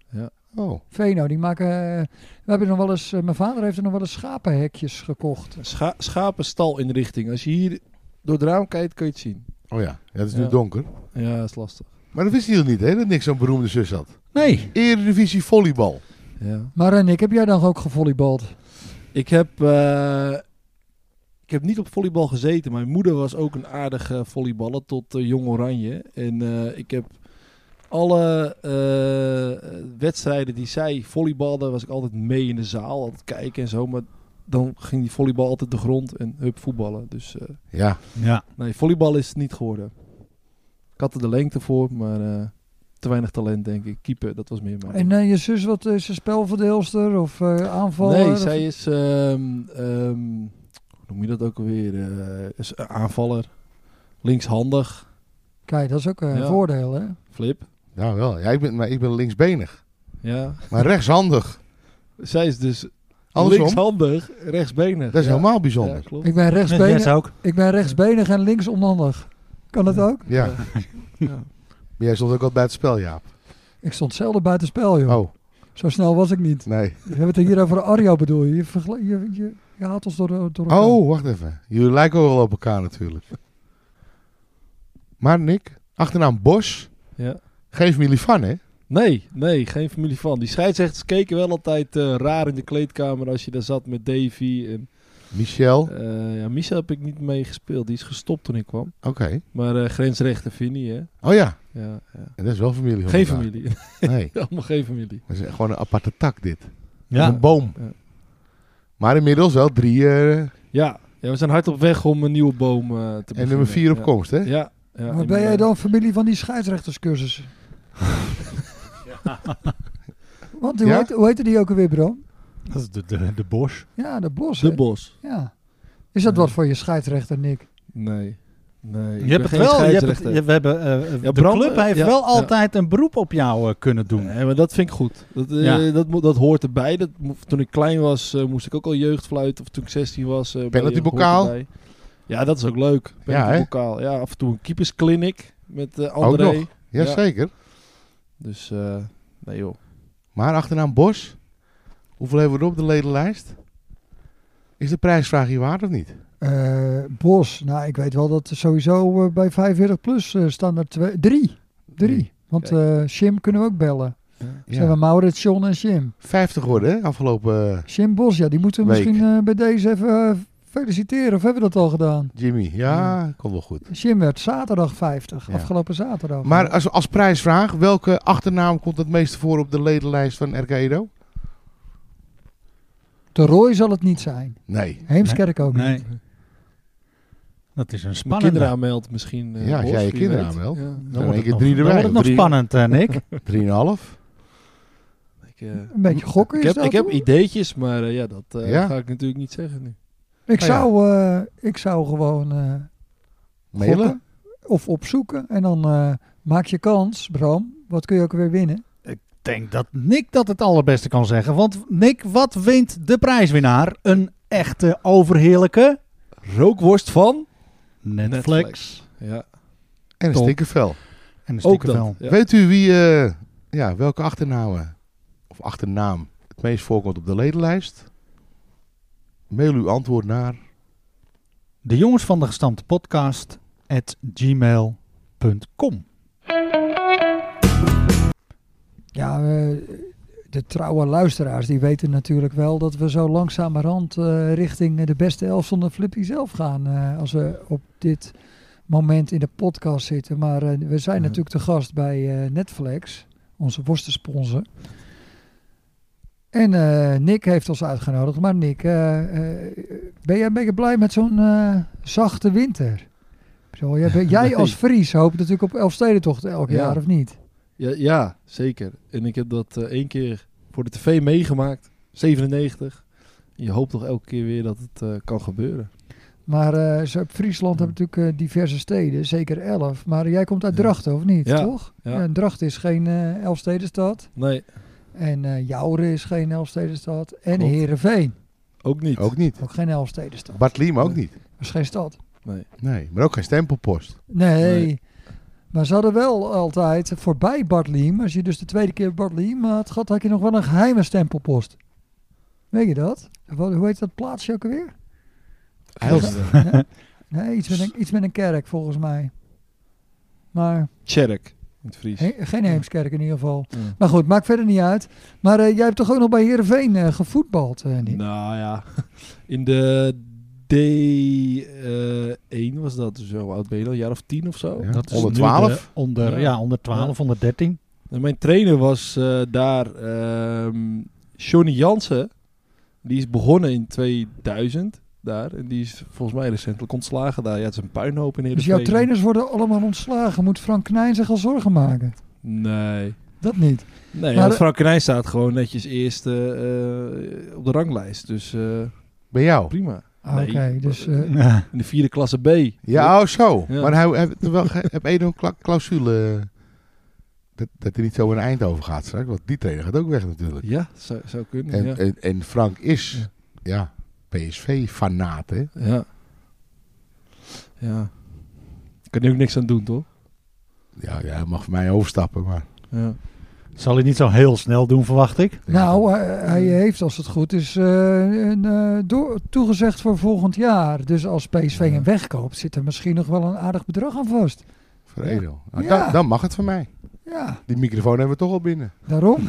Speaker 4: Oh,
Speaker 3: Veno, die maken. eh, we hebben nog wel eens. eh, mijn vader heeft er nog wel eens schapenhekjes gekocht.
Speaker 2: Scha schapenstalinrichting. Als je hier door het raam kijkt, kun je het zien.
Speaker 4: oh ja. ja, het is nu
Speaker 2: Ja.
Speaker 4: donker.
Speaker 2: Ja, dat is lastig.
Speaker 4: Maar dat wisten jullie niet, hè? Dat Nick zo'n beroemde zus had.
Speaker 1: Nee.
Speaker 4: Eredivisie volleybal.
Speaker 2: Ja.
Speaker 3: Maar eh, Nick, heb jij dan ook gevolleybald?
Speaker 2: Ik heb, eh, ik heb niet op volleybal gezeten. Mijn moeder was ook een aardige volleyballer tot eh, Jong Oranje. En eh, ik heb alle eh, wedstrijden die zij volleybalde, was ik altijd mee in de zaal. Altijd kijken en zo. Maar dan ging die volleybal altijd de grond en hup voetballen. Dus eh,
Speaker 4: Ja,
Speaker 1: Ja.
Speaker 2: nee, volleybal is het niet geworden. Ik had er de lengte voor, maar eh, te weinig talent denk ik. Keeper, dat was meer mijn
Speaker 3: En eh, je zus, wat is ze spelverdeelster of eh aanvaller?
Speaker 2: Nee,
Speaker 3: Of-
Speaker 2: zij is, ehm, ehm, hoe noem je dat ook alweer, Eh, is een aanvaller, linkshandig,
Speaker 3: Kijk, dat is ook eh, een
Speaker 2: Ja.
Speaker 3: voordeel, hè?
Speaker 2: flip.
Speaker 4: nou wel. Ja, ik ben, maar ik ben linksbenig.
Speaker 2: Ja.
Speaker 4: Maar rechtshandig.
Speaker 2: Zij is dus
Speaker 4: Andersom.
Speaker 2: linkshandig, rechtsbenig.
Speaker 4: Dat is
Speaker 2: Ja.
Speaker 4: helemaal
Speaker 2: Ja,
Speaker 4: bijzonder.
Speaker 2: klopt.
Speaker 3: Ik ben rechtsbenig,
Speaker 1: Jens ook.
Speaker 3: ik ben rechtsbenig en links onhandig. Kan dat ook?
Speaker 4: Ja.
Speaker 2: Ja. Ja.
Speaker 4: *laughs* Maar jij stond ook al bij het spel, Jaap.
Speaker 3: Ik stond zelden buiten spel, joh.
Speaker 4: Oh,
Speaker 3: Zo snel was ik niet.
Speaker 4: nee.
Speaker 3: We hebben het hier over Arjo, bedoel je? Je, vergel- je, je, je haalt ons door, door elkaar.
Speaker 4: Oh, wacht even. Jullie lijken ook wel op elkaar natuurlijk. Maar Nick, achternaam Bos.
Speaker 2: Ja.
Speaker 4: Geen familie van, hè?
Speaker 2: Nee, nee, geen familie van. Die scheidsrechters keken wel altijd eh, raar in de kleedkamer als je daar zat met Davy. En,
Speaker 4: Michel.
Speaker 2: eh, ja, Michel heb ik niet mee gespeeld, die is gestopt toen ik kwam.
Speaker 4: Oké.
Speaker 2: Maar eh grensrechter Vinnie, hè.
Speaker 4: Oh ja,
Speaker 2: Ja, ja.
Speaker 4: en dat is wel familie. van
Speaker 2: Geen
Speaker 4: elkaar.
Speaker 2: familie, *laughs*
Speaker 4: Nee,
Speaker 2: allemaal geen familie.
Speaker 4: maar het is gewoon een aparte tak dit.
Speaker 1: Ja.
Speaker 4: Een boom.
Speaker 2: Ja.
Speaker 4: Maar inmiddels wel drie eh,
Speaker 2: Ja, ja, we zijn hard op weg om een nieuwe boom eh, te
Speaker 4: en nummer vier op
Speaker 2: ja.
Speaker 4: komst, hè?
Speaker 2: Ja. ja
Speaker 3: maar ben jij
Speaker 2: inderdaad.
Speaker 3: dan familie van die scheidsrechterscursus? Want hoe,
Speaker 4: Ja?
Speaker 3: heet, hoe heette die ook alweer, Bram?
Speaker 1: Dat is de, de, de bos.
Speaker 3: Ja, de Bos.
Speaker 2: De
Speaker 3: hè?
Speaker 2: bos?
Speaker 3: Ja. Is dat
Speaker 2: Ja.
Speaker 3: wat voor je scheidsrechter, Nick?
Speaker 2: Nee. Nee, ik
Speaker 1: Je hebt
Speaker 2: ben
Speaker 1: het
Speaker 2: geen
Speaker 1: wel. Je hebt het-
Speaker 2: scheidsrechter.
Speaker 1: je- we hebben, eh, de
Speaker 2: Bram,
Speaker 1: club
Speaker 2: eh,
Speaker 1: heeft
Speaker 2: ja,
Speaker 1: wel
Speaker 2: ja.
Speaker 1: altijd een beroep op jou eh, kunnen doen.
Speaker 2: Nee, maar dat vind ik goed. Dat, eh,
Speaker 1: Ja.
Speaker 2: dat, mo- dat hoort erbij. Dat, mo- toen ik klein was, eh, moest ik ook al jeugdfluiten. Of toen ik 16 was. eh, bij-
Speaker 4: Penaltybokaal.
Speaker 2: hoort erbij. Ja, dat is ook leuk. Penaltybokaal. Ja, af en toe een keepersclinic met eh André.
Speaker 4: Ook nog. Jazeker.
Speaker 2: Dus, eh, nee joh.
Speaker 4: Maar achternaam Bos, hoeveel hebben we er op de ledenlijst? Is de prijsvraag hier waard of niet?
Speaker 3: Eh, Bos, nou ik weet wel dat er sowieso eh, bij 45 plus eh, staan er twee, drie. Drie.
Speaker 4: Drie.
Speaker 3: Want eh Jim kunnen we ook bellen. Ze
Speaker 4: Ja.
Speaker 3: hebben Maurits, John en Jim.
Speaker 4: 50 geworden, hè? Afgelopen eh,
Speaker 3: Jim Bos, ja, die moeten we
Speaker 4: Week.
Speaker 3: misschien eh, bij deze even eh, feliciteren. Of hebben we dat al gedaan?
Speaker 4: Jimmy. Ja, komt wel goed.
Speaker 3: Jim werd zaterdag 50,
Speaker 4: Ja.
Speaker 3: afgelopen zaterdag.
Speaker 4: Maar als, als prijsvraag, welke achternaam komt het meeste voor op de ledenlijst van RK Edo?
Speaker 3: de Roy zal het niet zijn.
Speaker 4: Nee.
Speaker 3: Heemskerk ook
Speaker 1: Nee.
Speaker 3: niet.
Speaker 1: Dat is een
Speaker 2: Mijn
Speaker 1: spannende.
Speaker 2: kinderen aanmeldt misschien. eh,
Speaker 4: Ja, als
Speaker 2: Bos,
Speaker 4: jij je
Speaker 2: wie
Speaker 4: kinderen
Speaker 2: weet.
Speaker 4: aanmeldt.
Speaker 2: Ja.
Speaker 1: Dan
Speaker 4: Dan
Speaker 1: wordt
Speaker 4: één
Speaker 1: het
Speaker 4: keer
Speaker 1: nog,
Speaker 4: drie
Speaker 1: dan
Speaker 4: erbij.
Speaker 1: wordt het nog
Speaker 4: Drie-
Speaker 1: spannend, eh, Nick.
Speaker 4: 3,5.
Speaker 2: Ik, eh,
Speaker 3: Een beetje gokken
Speaker 2: ik
Speaker 3: is
Speaker 2: heb,
Speaker 3: dat,
Speaker 2: ik heb
Speaker 3: hoor.
Speaker 2: ideetjes, maar eh, ja, dat eh,
Speaker 4: Ja.
Speaker 2: ga ik natuurlijk niet zeggen nu.
Speaker 3: Ik,
Speaker 4: Oh ja.
Speaker 3: zou, eh, ik zou gewoon eh,
Speaker 4: Mailen?
Speaker 3: gokken of opzoeken. En dan eh, maak je kans, Bram. Wat kun je ook weer winnen?
Speaker 1: Ik denk dat Nick dat het allerbeste kan zeggen. Want Nick, wat wint de prijswinnaar? Een echte overheerlijke
Speaker 2: Rookworst van?
Speaker 1: Netflix.
Speaker 2: Ja,
Speaker 4: En een
Speaker 1: Top.
Speaker 4: stinkervel.
Speaker 1: En een
Speaker 2: ook dat.
Speaker 1: stikkervel.
Speaker 2: Ja.
Speaker 4: Weet u wie, eh, ja, welke achternamen of achternaam het meest voorkomt op de ledenlijst? Mail uw antwoord naar
Speaker 1: De jongens van de gestampte podcast at gmail.com.
Speaker 3: Ja, eh, de trouwe luisteraars die weten natuurlijk wel dat we zo langzamerhand eh, richting de beste elf zonder Flippy zelf gaan. eh, als we op dit moment in de podcast zitten. Maar eh, we zijn
Speaker 2: Mhm.
Speaker 3: natuurlijk te gast bij eh, Netflix, onze worstensponsor. En eh, Nick heeft ons uitgenodigd. Maar Nick, eh, eh, ben jij een beetje blij met zo'n eh, zachte winter? Zo,
Speaker 2: *laughs*
Speaker 3: jij, bent- jij
Speaker 2: Nee.
Speaker 3: als Fries hoopt natuurlijk op Elfstedentocht elk
Speaker 2: Ja.
Speaker 3: jaar, of niet?
Speaker 2: Ja, ja, zeker. En ik heb dat eh, één keer voor de tv meegemaakt. 97. Je hoopt toch elke keer weer dat het eh, kan gebeuren.
Speaker 3: Maar eh, zo- Friesland heeft natuurlijk eh, diverse steden, zeker elf. Maar jij komt uit
Speaker 2: Ja.
Speaker 3: Drachten, of niet?
Speaker 2: Ja,
Speaker 3: Toch?
Speaker 2: ja.
Speaker 3: en Drachten is geen eh Elfstedenstad.
Speaker 2: Nee,
Speaker 3: En eh, Jouren is geen Elfstedenstad. En
Speaker 2: Klopt.
Speaker 3: Heerenveen,
Speaker 2: ook niet.
Speaker 4: Ook niet.
Speaker 3: ook geen Elfstedenstad.
Speaker 4: Bart Liem ook
Speaker 2: Nee.
Speaker 4: niet.
Speaker 3: Dat is geen stad.
Speaker 2: Nee.
Speaker 4: Nee, maar ook geen stempelpost.
Speaker 3: Nee.
Speaker 2: Nee.
Speaker 3: Maar ze hadden wel altijd voorbij Bart Liem. Als je dus de tweede keer Bart Liem had gehad, had je nog wel een geheime stempelpost. Weet je dat? Wat- hoe heet dat plaatsje ook alweer?
Speaker 4: Eilst-
Speaker 3: Nee, iets met een, iets met een kerk volgens mij. Maar
Speaker 2: *laughs* Tjerk in het Fries.
Speaker 3: He- geen Heemskerk in ieder geval.
Speaker 2: Ja.
Speaker 3: Maar goed, maakt verder niet uit. Maar eh, jij hebt toch ook nog bij Heerenveen eh gevoetbald, eh Nick?
Speaker 2: Nou ja, *laughs* in de D1 was dat zo oud ben je dan, een jaar of tien of zo.
Speaker 4: Ja.
Speaker 1: Dat is
Speaker 4: Onder
Speaker 1: nu
Speaker 4: 12?
Speaker 1: de- onder, ja.
Speaker 2: Ja.
Speaker 1: onder 12,
Speaker 2: Ja.
Speaker 1: onder 13.
Speaker 2: En mijn trainer was eh, daar ehm Johnny Jansen. Die is begonnen in 2000 daar. En die is volgens mij recentelijk ontslagen daar. Ja, het is een puinhoop in
Speaker 3: dus
Speaker 2: Heerenveen.
Speaker 3: jouw trainers worden allemaal ontslagen. Moet Frank Knijn zich al zorgen maken?
Speaker 2: Nee.
Speaker 3: Dat niet.
Speaker 2: Nee,
Speaker 3: Maar
Speaker 2: want
Speaker 3: de-
Speaker 2: Frank Knijn staat gewoon netjes eerst eh, eh, op de ranglijst. Dus eh,
Speaker 4: Bij jou.
Speaker 2: prima.
Speaker 3: Ah,
Speaker 2: Nee.
Speaker 3: Oké, dus...
Speaker 4: *laughs*
Speaker 3: eh,
Speaker 2: In de vierde klasse B.
Speaker 4: Ja, oh zo.
Speaker 2: Ja.
Speaker 4: Maar hij heeft er wel ge- heb Edo een cla- clausule eh, dat, dat hij niet zo in Eindhoven gaat straks. Want die trainer gaat ook weg natuurlijk.
Speaker 2: Ja, zou, zou kunnen.
Speaker 4: En,
Speaker 2: ja.
Speaker 4: en, en Frank is,
Speaker 2: Ja.
Speaker 4: ja, PSV-fanaat hè.
Speaker 2: Ja. Ja. Ik kan er ook niks aan doen, toch?
Speaker 4: Ja, ja, hij mag voor mij overstappen, maar...
Speaker 2: Ja.
Speaker 1: Zal hij niet zo heel snel doen, verwacht ik.
Speaker 3: *laughs* Nou, hij, hij heeft als het goed is eh, een, eh, door, toegezegd voor volgend jaar. Dus als PSV hem wegkoopt, zit er misschien nog wel een aardig bedrag aan vast.
Speaker 2: eh,
Speaker 4: Voor Edo. Nou,
Speaker 3: Ja.
Speaker 4: dan, dan mag het van mij.
Speaker 3: Ja,
Speaker 4: Die microfoon hebben we toch al binnen.
Speaker 3: daarom.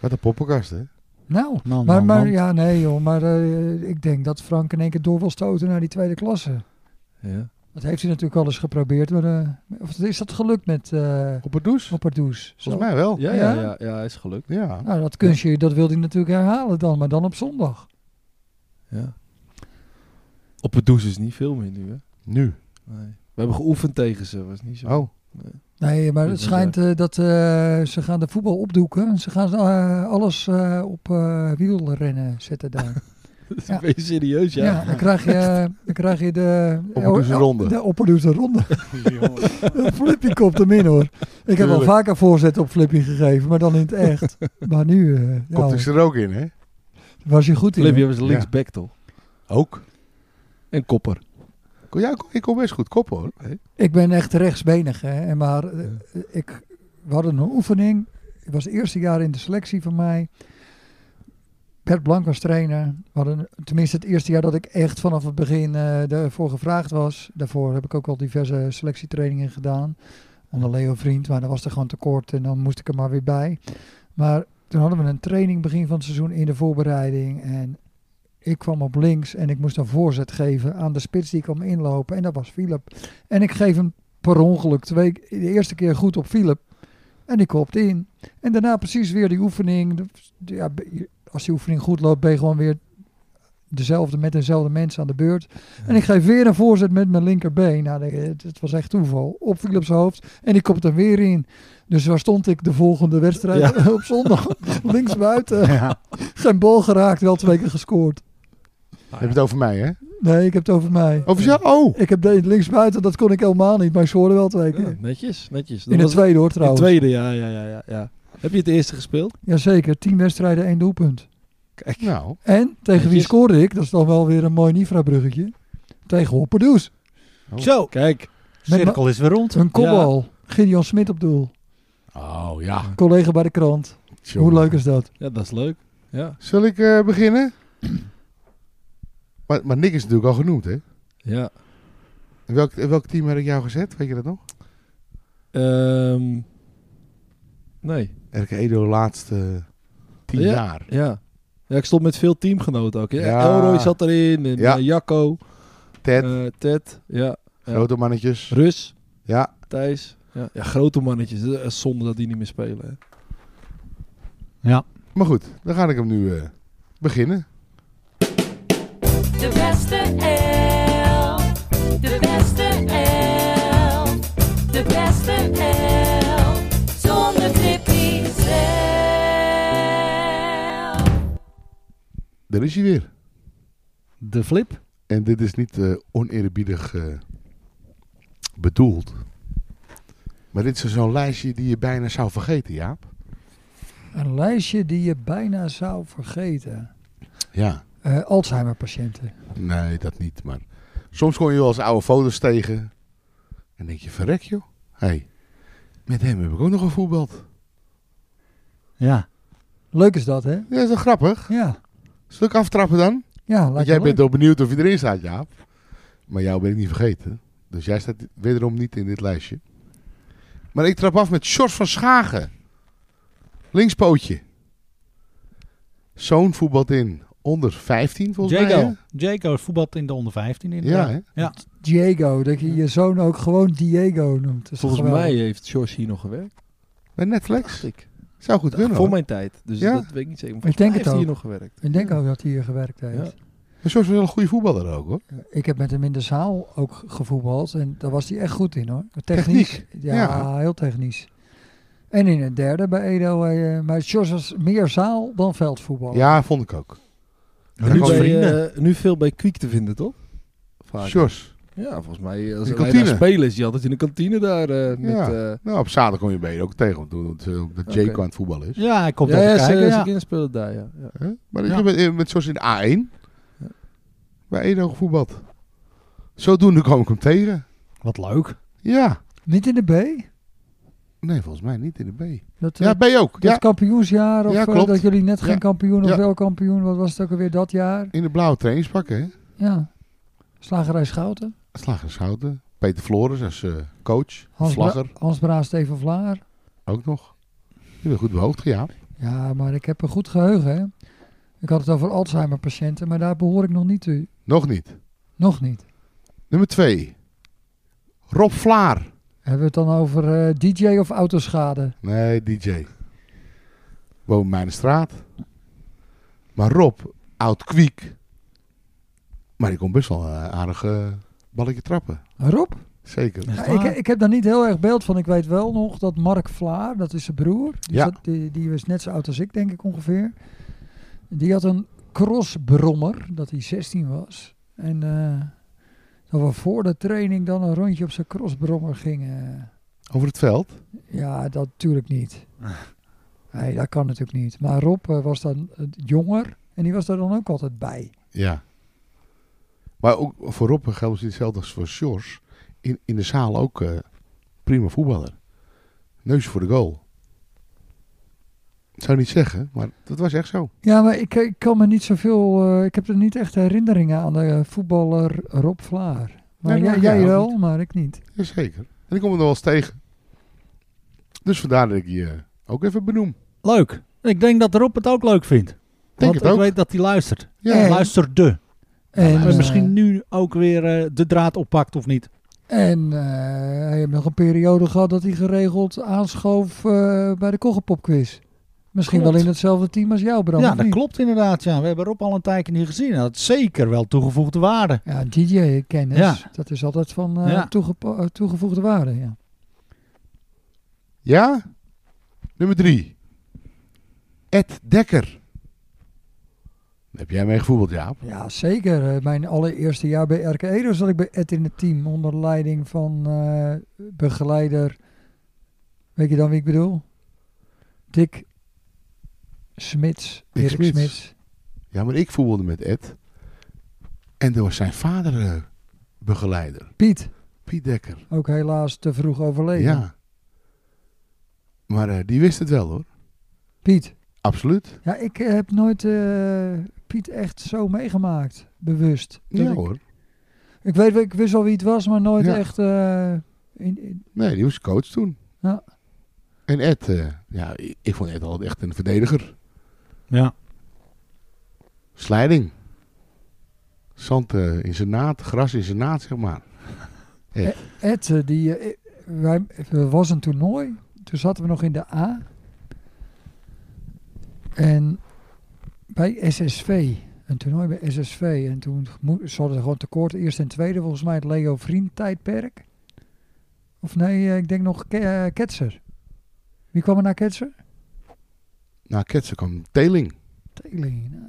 Speaker 4: Wat een poppenkast, hè?
Speaker 3: Nou,
Speaker 1: Man,
Speaker 3: maar,
Speaker 1: man,
Speaker 3: maar
Speaker 1: man.
Speaker 3: ja, nee joh. Maar eh, ik denk dat Frank in één keer door wil stoten naar die tweede klasse.
Speaker 2: ja.
Speaker 3: Dat heeft hij natuurlijk al eens geprobeerd. Maar, eh, of is dat gelukt met eh
Speaker 4: Op het douche?
Speaker 3: Hopperdoes?
Speaker 4: Volgens mij wel.
Speaker 2: Ja, Oh, ja, ja, ja, is gelukt.
Speaker 4: Ja.
Speaker 3: Nou, dat kunstje, dat wil hij natuurlijk herhalen dan, maar dan op zondag.
Speaker 2: Ja. Op het douche is niet veel meer nu, hè?
Speaker 4: Nu.
Speaker 2: Nee. We hebben geoefend tegen ze, was niet zo.
Speaker 4: Oh.
Speaker 3: Nee, maar het
Speaker 2: Dus
Speaker 3: schijnt eh, dat eh, ze gaan
Speaker 4: *laughs*
Speaker 3: de voetbal opdoeken. Ze gaan eh, alles eh, op eh wielrennen zetten daar. Ja.
Speaker 2: *laughs* Ben je serieus, Oh. ja?
Speaker 3: Ja, dan, krijg je, dan krijg je de...
Speaker 4: Opperdoeze
Speaker 3: oh,
Speaker 4: ronde.
Speaker 3: De opperdoeze ronde. *laughs* Flippy komt hem in hoor. Ik heb al
Speaker 4: Tuurlijk.
Speaker 3: vaker voorzet op Flippy gegeven, maar dan in het echt. Maar nu eh, ja,
Speaker 2: Nou.
Speaker 4: Komt hij er ook in, hè?
Speaker 3: was je goed in.
Speaker 2: Flip, je
Speaker 3: hoor.
Speaker 2: was linksback, toch?
Speaker 4: Ook.
Speaker 2: En kopper.
Speaker 4: Ja, ik- ik kom best goed kop hoor.
Speaker 3: Ik ben echt rechtsbenig. Hè, en maar eh, ik, we hadden een oefening. Het was het eerste jaar in de selectie van mij. Bert Blank was trainer. We hadden, tenminste, het eerste jaar dat ik echt vanaf het begin eh daarvoor gevraagd was. Daarvoor heb ik ook al diverse selectietrainingen gedaan. Onder Leo Vriend, maar dan was er gewoon tekort en dan moest ik er maar weer bij. Maar toen hadden we een training begin van het seizoen in de voorbereiding. En ik kwam op links en ik moest een voorzet geven aan de spits die kwam inlopen. En dat was Philip. En ik geef hem per ongeluk twee, de eerste keer goed op Philip. En ik kopt in. En daarna precies weer die oefening. De- Ja, be- als die oefening goed loopt, ben je gewoon weer dezelfde met dezelfde mensen aan de beurt. En ik geef weer een voorzet met mijn linkerbeen. Nou, dat- het- het was echt toeval. Op Philips hoofd. En ik kopt er weer in. Dus waar stond ik de volgende wedstrijd *laughs* op zondag? Links buiten.
Speaker 1: Ja.
Speaker 3: Geen bal geraakt, wel twee keer gescoord.
Speaker 4: Heb je het over mij, hè?
Speaker 3: Nee, ik heb het over mij.
Speaker 4: Over jou? Oh!
Speaker 3: Ik heb de linksbuiten, dat kon ik helemaal niet, maar ik scoorde wel twee
Speaker 2: Ja,
Speaker 3: keer.
Speaker 2: netjes, netjes. Dan
Speaker 3: In de
Speaker 2: was-
Speaker 3: tweede hoor
Speaker 2: in de
Speaker 3: trouwens.
Speaker 2: tweede, ja, ja, ja, ja, ja. Heb je het eerste gespeeld?
Speaker 3: Jazeker, tien wedstrijden, één doelpunt.
Speaker 2: Kijk.
Speaker 4: Nou,
Speaker 3: En tegen wie
Speaker 2: Netjes.
Speaker 3: scoorde ik? Dat is dan wel weer een mooi Nifra-bruggetje. Tegen Hopperdoes.
Speaker 2: Oh,
Speaker 1: Zo,
Speaker 2: Kijk.
Speaker 1: cirkel is weer rond.
Speaker 3: Een kopbal. Gideon Smit op doel.
Speaker 4: oh ja.
Speaker 3: Collega bij de krant. Hoe leuk is dat?
Speaker 2: Ja, dat is leuk. Ja,
Speaker 4: Zal ik eh, beginnen? Maar, maar Nick is natuurlijk al genoemd, hè?
Speaker 2: ja.
Speaker 4: In welk, in welk team heb ik jou gezet? Weet je dat nog?
Speaker 2: Ehm, nee,
Speaker 4: RK Edo de laatste eh, tien
Speaker 2: Ja.
Speaker 4: jaar.
Speaker 2: ja. Ja, ik stond met veel teamgenoten ook. Ja.
Speaker 4: Ja.
Speaker 2: Elroy zat erin, en
Speaker 4: Ja.
Speaker 2: eh, Jacco,
Speaker 4: Ted,
Speaker 2: eh, Ted, ja.
Speaker 4: grote mannetjes.
Speaker 2: Rus,
Speaker 4: Ja,
Speaker 2: Thijs. Ja. ja, grote mannetjes. Dat is echt Zonde dat die niet meer spelen. Hè.
Speaker 4: maar goed. Dan ga ik hem nu eh, beginnen.
Speaker 7: De beste elf. De beste elf. De beste elf. Zonder Tippy zelf.
Speaker 4: Daar is hij weer.
Speaker 1: De flip.
Speaker 4: En dit is niet eh oneerbiedig eh, bedoeld. Maar dit is zo'n lijstje die je bijna zou vergeten, Jaap.
Speaker 3: Een lijstje die je bijna zou vergeten.
Speaker 4: Ja.
Speaker 3: Eh, Alzheimer-patiënten.
Speaker 4: Nee, dat niet. Maar soms kom je wel eens oude foto's tegen. En denk je, verrek joh. hey, met hem heb ik ook nog gevoetbald.
Speaker 1: Ja.
Speaker 3: Leuk is dat, hè?
Speaker 4: Ja, is dat grappig?
Speaker 3: Ja.
Speaker 4: Stuk aftrappen dan?
Speaker 3: Ja,
Speaker 4: Want
Speaker 3: lijkt
Speaker 4: jij
Speaker 3: me
Speaker 4: bent
Speaker 3: leuk.
Speaker 4: wel benieuwd of je erin staat, Jaap. Maar jou ben ik niet vergeten. Dus jij staat wederom niet in dit lijstje. Maar ik trap af met Sjors van Schagen. Linkspootje. Zoon voetbalt in. Onder 15 volgens mij.
Speaker 1: Jago.
Speaker 4: hè?
Speaker 1: Jago voetbalt in de onder 15
Speaker 4: Ja,
Speaker 1: inderdaad.
Speaker 4: hè?
Speaker 3: Diego, dat je je zoon ook gewoon Diego noemt. Dat is
Speaker 2: Volgens
Speaker 3: geweldig.
Speaker 2: mij heeft George hier nog gewerkt.
Speaker 4: Bij
Speaker 2: dacht
Speaker 4: Netflix.
Speaker 2: ik.
Speaker 4: Zou goed kunnen.
Speaker 2: Voor
Speaker 4: hoor.
Speaker 2: mijn tijd. Dus
Speaker 4: Ja.
Speaker 2: dat weet ik niet zeker.
Speaker 3: Ik denk
Speaker 2: heeft
Speaker 3: het
Speaker 2: hij hier
Speaker 3: ook.
Speaker 2: nog gewerkt.
Speaker 3: Ik denk ook dat hij hier gewerkt heeft.
Speaker 4: Maar Sjors was wel een goede voetballer ook hoor.
Speaker 3: Ik heb met hem in de zaal ook gevoetbald en daar was hij echt goed in hoor. Technisch. Ja,
Speaker 4: ja.
Speaker 3: heel technisch. En in het derde bij Edo. eh, maar George was meer zaal dan veldvoetbal.
Speaker 4: Ja, vond ik ook.
Speaker 1: Maar
Speaker 4: Ja,
Speaker 1: nu
Speaker 2: Nu,
Speaker 4: gewoon
Speaker 1: bij,
Speaker 2: bij,
Speaker 1: vrienden.
Speaker 2: eh, nu veel bij Kwiek te vinden, toch? Vaak.
Speaker 4: Sjors.
Speaker 2: Ja, volgens mij. eh, Als
Speaker 4: In de
Speaker 2: hij daar
Speaker 4: kantine.
Speaker 2: spelen is, die altijd in de kantine daar. eh, met,
Speaker 4: Ja.
Speaker 2: eh,
Speaker 4: Nou, op zaterdag kom je bij je ook tegen hem toen toen- dat Jake
Speaker 2: Oké.
Speaker 4: aan het voetballen is.
Speaker 1: ja, hij komt
Speaker 2: ja,
Speaker 1: wel
Speaker 2: ja,
Speaker 1: te kijken.
Speaker 2: serieus,
Speaker 1: ja.
Speaker 2: ik inspelen daar, ja. ja.
Speaker 4: Hè? Maar
Speaker 1: Ja.
Speaker 4: je bent met zoals in de A1
Speaker 2: Ja.
Speaker 4: bij Edo gevoetbald. Zodoende kwam ik hem tegen.
Speaker 1: Wat leuk.
Speaker 4: Ja.
Speaker 3: Niet in de B?
Speaker 4: Nee, volgens mij niet in de B.
Speaker 3: Dat, eh,
Speaker 4: Ja, B ook.
Speaker 3: dat
Speaker 4: Ja,
Speaker 3: kampioensjaar of
Speaker 4: Ja,
Speaker 3: eh,
Speaker 4: klopt.
Speaker 3: dat jullie net geen
Speaker 4: Ja.
Speaker 3: kampioen of
Speaker 4: Ja.
Speaker 3: wel kampioen. Wat was het ook alweer dat jaar?
Speaker 4: in de blauwe trainingspakken. Hè?
Speaker 3: Ja. Slagerij Schouten.
Speaker 4: Slagershouten. Peter Flores als eh, coach.
Speaker 3: Hans, Bra-
Speaker 4: Vlagger
Speaker 3: Hans Bra, Steven Vlaar.
Speaker 4: ook nog. Je bent goed op de hoogte, ja.
Speaker 3: Ja, maar ik heb een goed geheugen hè. Ik had het over Alzheimer patiënten, maar daar behoor ik nog niet toe.
Speaker 4: Nog niet.
Speaker 3: Nog niet.
Speaker 4: Nummer 2. Rob Vlaar.
Speaker 3: Hebben we het dan over eh, DJ of autoschade?
Speaker 4: Nee, DJ. Woon in mijn straat. Maar Rob, oud kwiek. Maar die kon best wel een aardig eh, balletje trappen.
Speaker 3: Rob?
Speaker 4: Zeker.
Speaker 1: Echt
Speaker 3: Ja,
Speaker 1: waar.
Speaker 3: ik, ik heb daar niet heel erg beeld van. Ik weet wel nog dat Mark Vlaar, dat is zijn broer, die,
Speaker 4: Ja.
Speaker 3: zat- die, die was net zo oud als ik, denk ik ongeveer. Die had een crossbrommer, dat hij 16 was. En eh, dat we voor de training dan een rondje op zijn crossbrommer gingen.
Speaker 4: Over het veld.
Speaker 3: Ja, dat natuurlijk niet. Nee, dat kan natuurlijk niet. Maar Rob eh, was dan eh, jonger en die was daar dan ook altijd bij.
Speaker 4: Ja. Maar ook voor Rob geldt het hetzelfde als voor Sjors. In, in de zaal ook eh, prima voetballer. Neusje voor de goal. Ik zou niet zeggen, maar dat was echt zo.
Speaker 3: Ja, maar ik, ik kan me niet zoveel. eh, ik heb er niet echt herinneringen aan de eh, voetballer Rob Vlaar. Maar
Speaker 4: Nee,
Speaker 3: jij,
Speaker 4: maar
Speaker 3: jij
Speaker 4: ja,
Speaker 3: wel,
Speaker 4: ook
Speaker 3: maar ik niet.
Speaker 4: Jazeker. En ik kom hem nog wel eens tegen. Dus vandaar dat ik je eh, ook even benoem.
Speaker 1: Leuk. Ik denk dat Rob het ook leuk vindt.
Speaker 4: Denk
Speaker 1: want
Speaker 4: het
Speaker 1: ik
Speaker 4: ook.
Speaker 1: weet dat hij luistert.
Speaker 4: Ja,
Speaker 3: En-
Speaker 1: Luisterde.
Speaker 3: En,
Speaker 1: En
Speaker 3: eh,
Speaker 1: misschien nu ook weer eh, de draad oppakt of niet.
Speaker 3: En eh, hij heeft nog een periode gehad dat hij geregeld aanschoof eh, bij de Kogelpopquiz. Misschien
Speaker 1: Klopt.
Speaker 3: wel in hetzelfde team als jou, Bram.
Speaker 1: ja,
Speaker 3: of
Speaker 1: dat
Speaker 3: niet?
Speaker 1: klopt inderdaad. Ja. We hebben Rob al een tijdje niet gezien. Hij had zeker wel toegevoegde waarde.
Speaker 3: Ja, DJ-kennis.
Speaker 1: Ja.
Speaker 3: Dat is altijd van eh,
Speaker 1: Ja.
Speaker 3: toegepo- eh, toegevoegde waarde. Ja.
Speaker 4: Ja? Nummer drie. Ed Dekker. Heb jij mee gevoetbald, Jaap?
Speaker 3: Ja, zeker. Eh, Mijn allereerste jaar bij RK Edo zat ik bij Ed in het team onder leiding van eh, begeleider. Weet je dan wie ik bedoel? Dick Smits.
Speaker 4: Dick
Speaker 3: Dirk
Speaker 4: Smits.
Speaker 3: Smits.
Speaker 4: Ja, maar ik voetbalde met Ed. En er was zijn vader eh, begeleider.
Speaker 3: Piet,
Speaker 4: Piet Dekker.
Speaker 3: ook helaas te vroeg overleden.
Speaker 4: Ja. Maar eh, die wist het wel hoor.
Speaker 3: Piet.
Speaker 4: Absoluut.
Speaker 3: Ja, ik heb nooit eh, Piet echt zo meegemaakt, bewust. Dat
Speaker 4: Ja
Speaker 3: ik,
Speaker 4: hoor.
Speaker 3: ik weet wel- ik wist wel wie het was, maar nooit
Speaker 4: Ja.
Speaker 3: echt. eh, in, in-
Speaker 4: Nee, die was coach toen.
Speaker 3: Ja.
Speaker 4: En Ed, eh, ja, ik, ik vond Ed altijd echt een verdediger.
Speaker 1: Ja.
Speaker 4: Slijding. Zand eh, in zijn naad, gras in zijn naad, zeg maar.
Speaker 3: Ed, eh, die, eh, wij, er was een toernooi. Toen zaten we nog in de A. En bij SSV. Een toernooi bij SSV. En toen mo- ze hadden gewoon tekort. Eerst en tweede, volgens mij het Leo Vriend tijdperk. Of nee, eh, ik denk nog Ke- eh, Ketser. Wie kwam er naar Ketser?
Speaker 4: Na Ketsen kwam Teling.
Speaker 3: Teling. nou.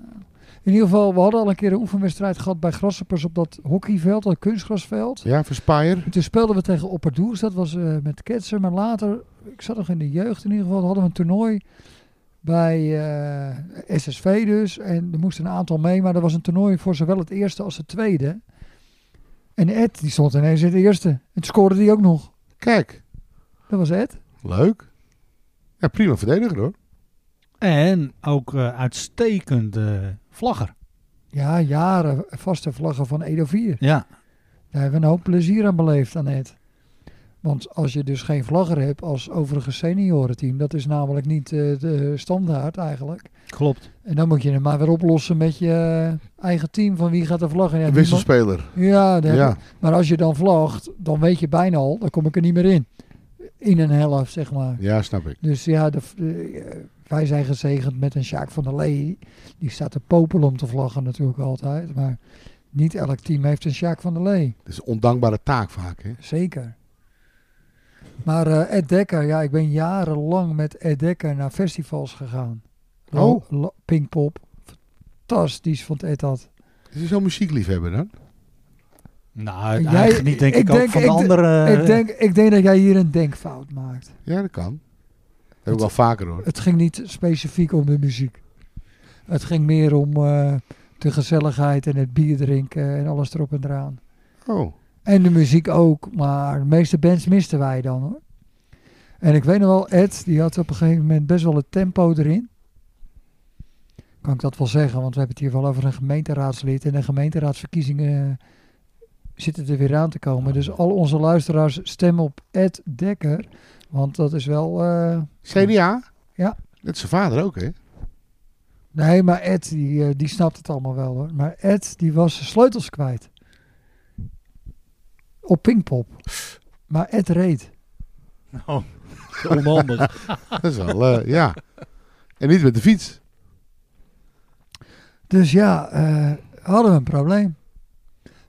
Speaker 3: In ieder geval, we hadden al een keer een oefenwedstrijd gehad bij Grassoppers op dat hockeyveld, dat kunstgrasveld.
Speaker 4: Ja, Verspijer.
Speaker 3: En Toen speelden we tegen Opperdoers, dat was eh, met Ketsen. Maar later, ik zat nog in de jeugd in ieder geval, hadden we een toernooi bij eh, SSV dus. En er moesten een aantal mee, maar er was een toernooi voor zowel het eerste als het tweede. En Ed, die stond ineens in het eerste. En toen scoorde die ook nog.
Speaker 4: Kijk,
Speaker 3: Dat was Ed.
Speaker 4: leuk. Ja, prima verdediger hoor.
Speaker 1: En ook eh uitstekend eh, vlagger.
Speaker 3: Ja, jaren vaste vlaggen van Edo 4.
Speaker 1: Ja.
Speaker 3: Daar hebben we een hoop plezier aan beleefd, Annette. Want als je dus geen vlagger hebt als overige seniorenteam, dat is namelijk niet eh, de standaard eigenlijk.
Speaker 1: Klopt.
Speaker 3: En dan moet je het maar weer oplossen met je eh, eigen team van wie gaat de vlaggen. Ja,
Speaker 4: Een
Speaker 3: niemand-
Speaker 4: wisselspeler.
Speaker 3: Ja, daar heb
Speaker 4: Ja.
Speaker 3: je- maar als je dan vlagt, dan weet je bijna al, dan kom ik er niet meer in. In een helft, zeg maar.
Speaker 4: ja, snap ik.
Speaker 3: Dus ja, de, de- eh, wij zijn gezegend met een Sjaak van der Lee. Die staat te popelen om te vlaggen natuurlijk altijd. Maar niet elk team heeft een Sjaak van der Lee.
Speaker 4: Het is een ondankbare taak vaak. Hè?
Speaker 3: Zeker. Maar eh, Ed Dekker, ja, ik ben jarenlang met Ed Dekker naar festivals gegaan. Lo-
Speaker 4: Oh.
Speaker 3: lo- Pinkpop. Fantastisch vond Ed dat.
Speaker 4: Is hij zo'n muziekliefhebber dan?
Speaker 1: Nou,
Speaker 3: Jij-
Speaker 1: eigenlijk niet denk ik,
Speaker 3: ik
Speaker 1: ook
Speaker 3: denk-
Speaker 1: van
Speaker 3: ik
Speaker 1: de
Speaker 3: d-
Speaker 1: andere... eh,
Speaker 3: ik,
Speaker 4: *laughs*
Speaker 3: denk, ik denk dat jij hier een denkfout maakt.
Speaker 4: Ja, dat kan. Dat heb
Speaker 3: Het-
Speaker 4: ik wel vaker hoor.
Speaker 3: Het ging niet specifiek om de muziek. Het ging meer om eh, de gezelligheid en het bier drinken en alles erop en eraan.
Speaker 4: Oh,
Speaker 3: En de muziek ook, maar de meeste bands misten wij dan hoor. En ik weet nog wel, Ed, die had op een gegeven moment best wel het tempo erin. Kan ik dat wel zeggen, want we hebben het hier wel over een gemeenteraadslid. En de gemeenteraadsverkiezingen zitten er weer aan te komen. Dus al onze luisteraars stemmen op Ed Dekker. Want dat is wel... eh,
Speaker 4: CDA?
Speaker 3: Ja.
Speaker 4: Dat is zijn vader ook, hè?
Speaker 3: Nee, maar Ed, die, eh, die snapt het allemaal wel hoor. Maar Ed, die was zijn sleutels kwijt. Op Pinkpop. Maar Ed reed.
Speaker 2: Onhandig.
Speaker 4: Dat is wel, eh, ja. En niet met de fiets.
Speaker 3: Dus ja, eh, hadden we een probleem.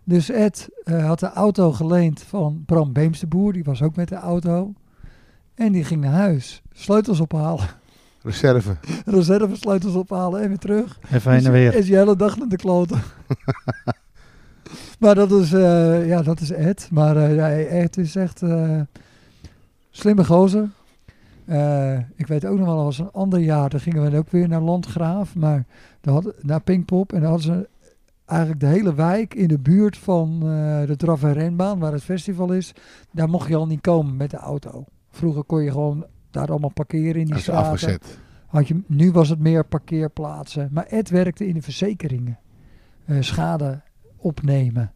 Speaker 3: Dus Ed eh, had de auto geleend van Bram Beemseboer. Die was ook met de auto. En die ging naar huis. Sleutels ophalen. *laughs*
Speaker 4: Reserve.
Speaker 3: Reservesleutels ophalen en weer terug.
Speaker 1: Even heen en weer.
Speaker 3: Is je hele dag naar de
Speaker 4: *laughs*
Speaker 3: kloten. maar dat is, eh, ja, dat is Ed. Maar eh, ja, Ed is echt eh, slimme gozer. Eh, ik weet ook nog wel, dat was een ander jaar. Daar gingen we ook weer naar Landgraaf. Maar daar hadden, naar Pinkpop. En daar hadden ze eigenlijk de hele wijk in de buurt van eh, de Draf en Renbaan, waar het festival is. Daar mocht je al niet komen met de auto. Vroeger kon je gewoon daar allemaal parkeren in die
Speaker 4: Dat is
Speaker 3: straten.
Speaker 4: afgezet.
Speaker 3: Had je, nu was het meer parkeerplaatsen. Maar Ed werkte in de verzekeringen. Eh, schade opnemen.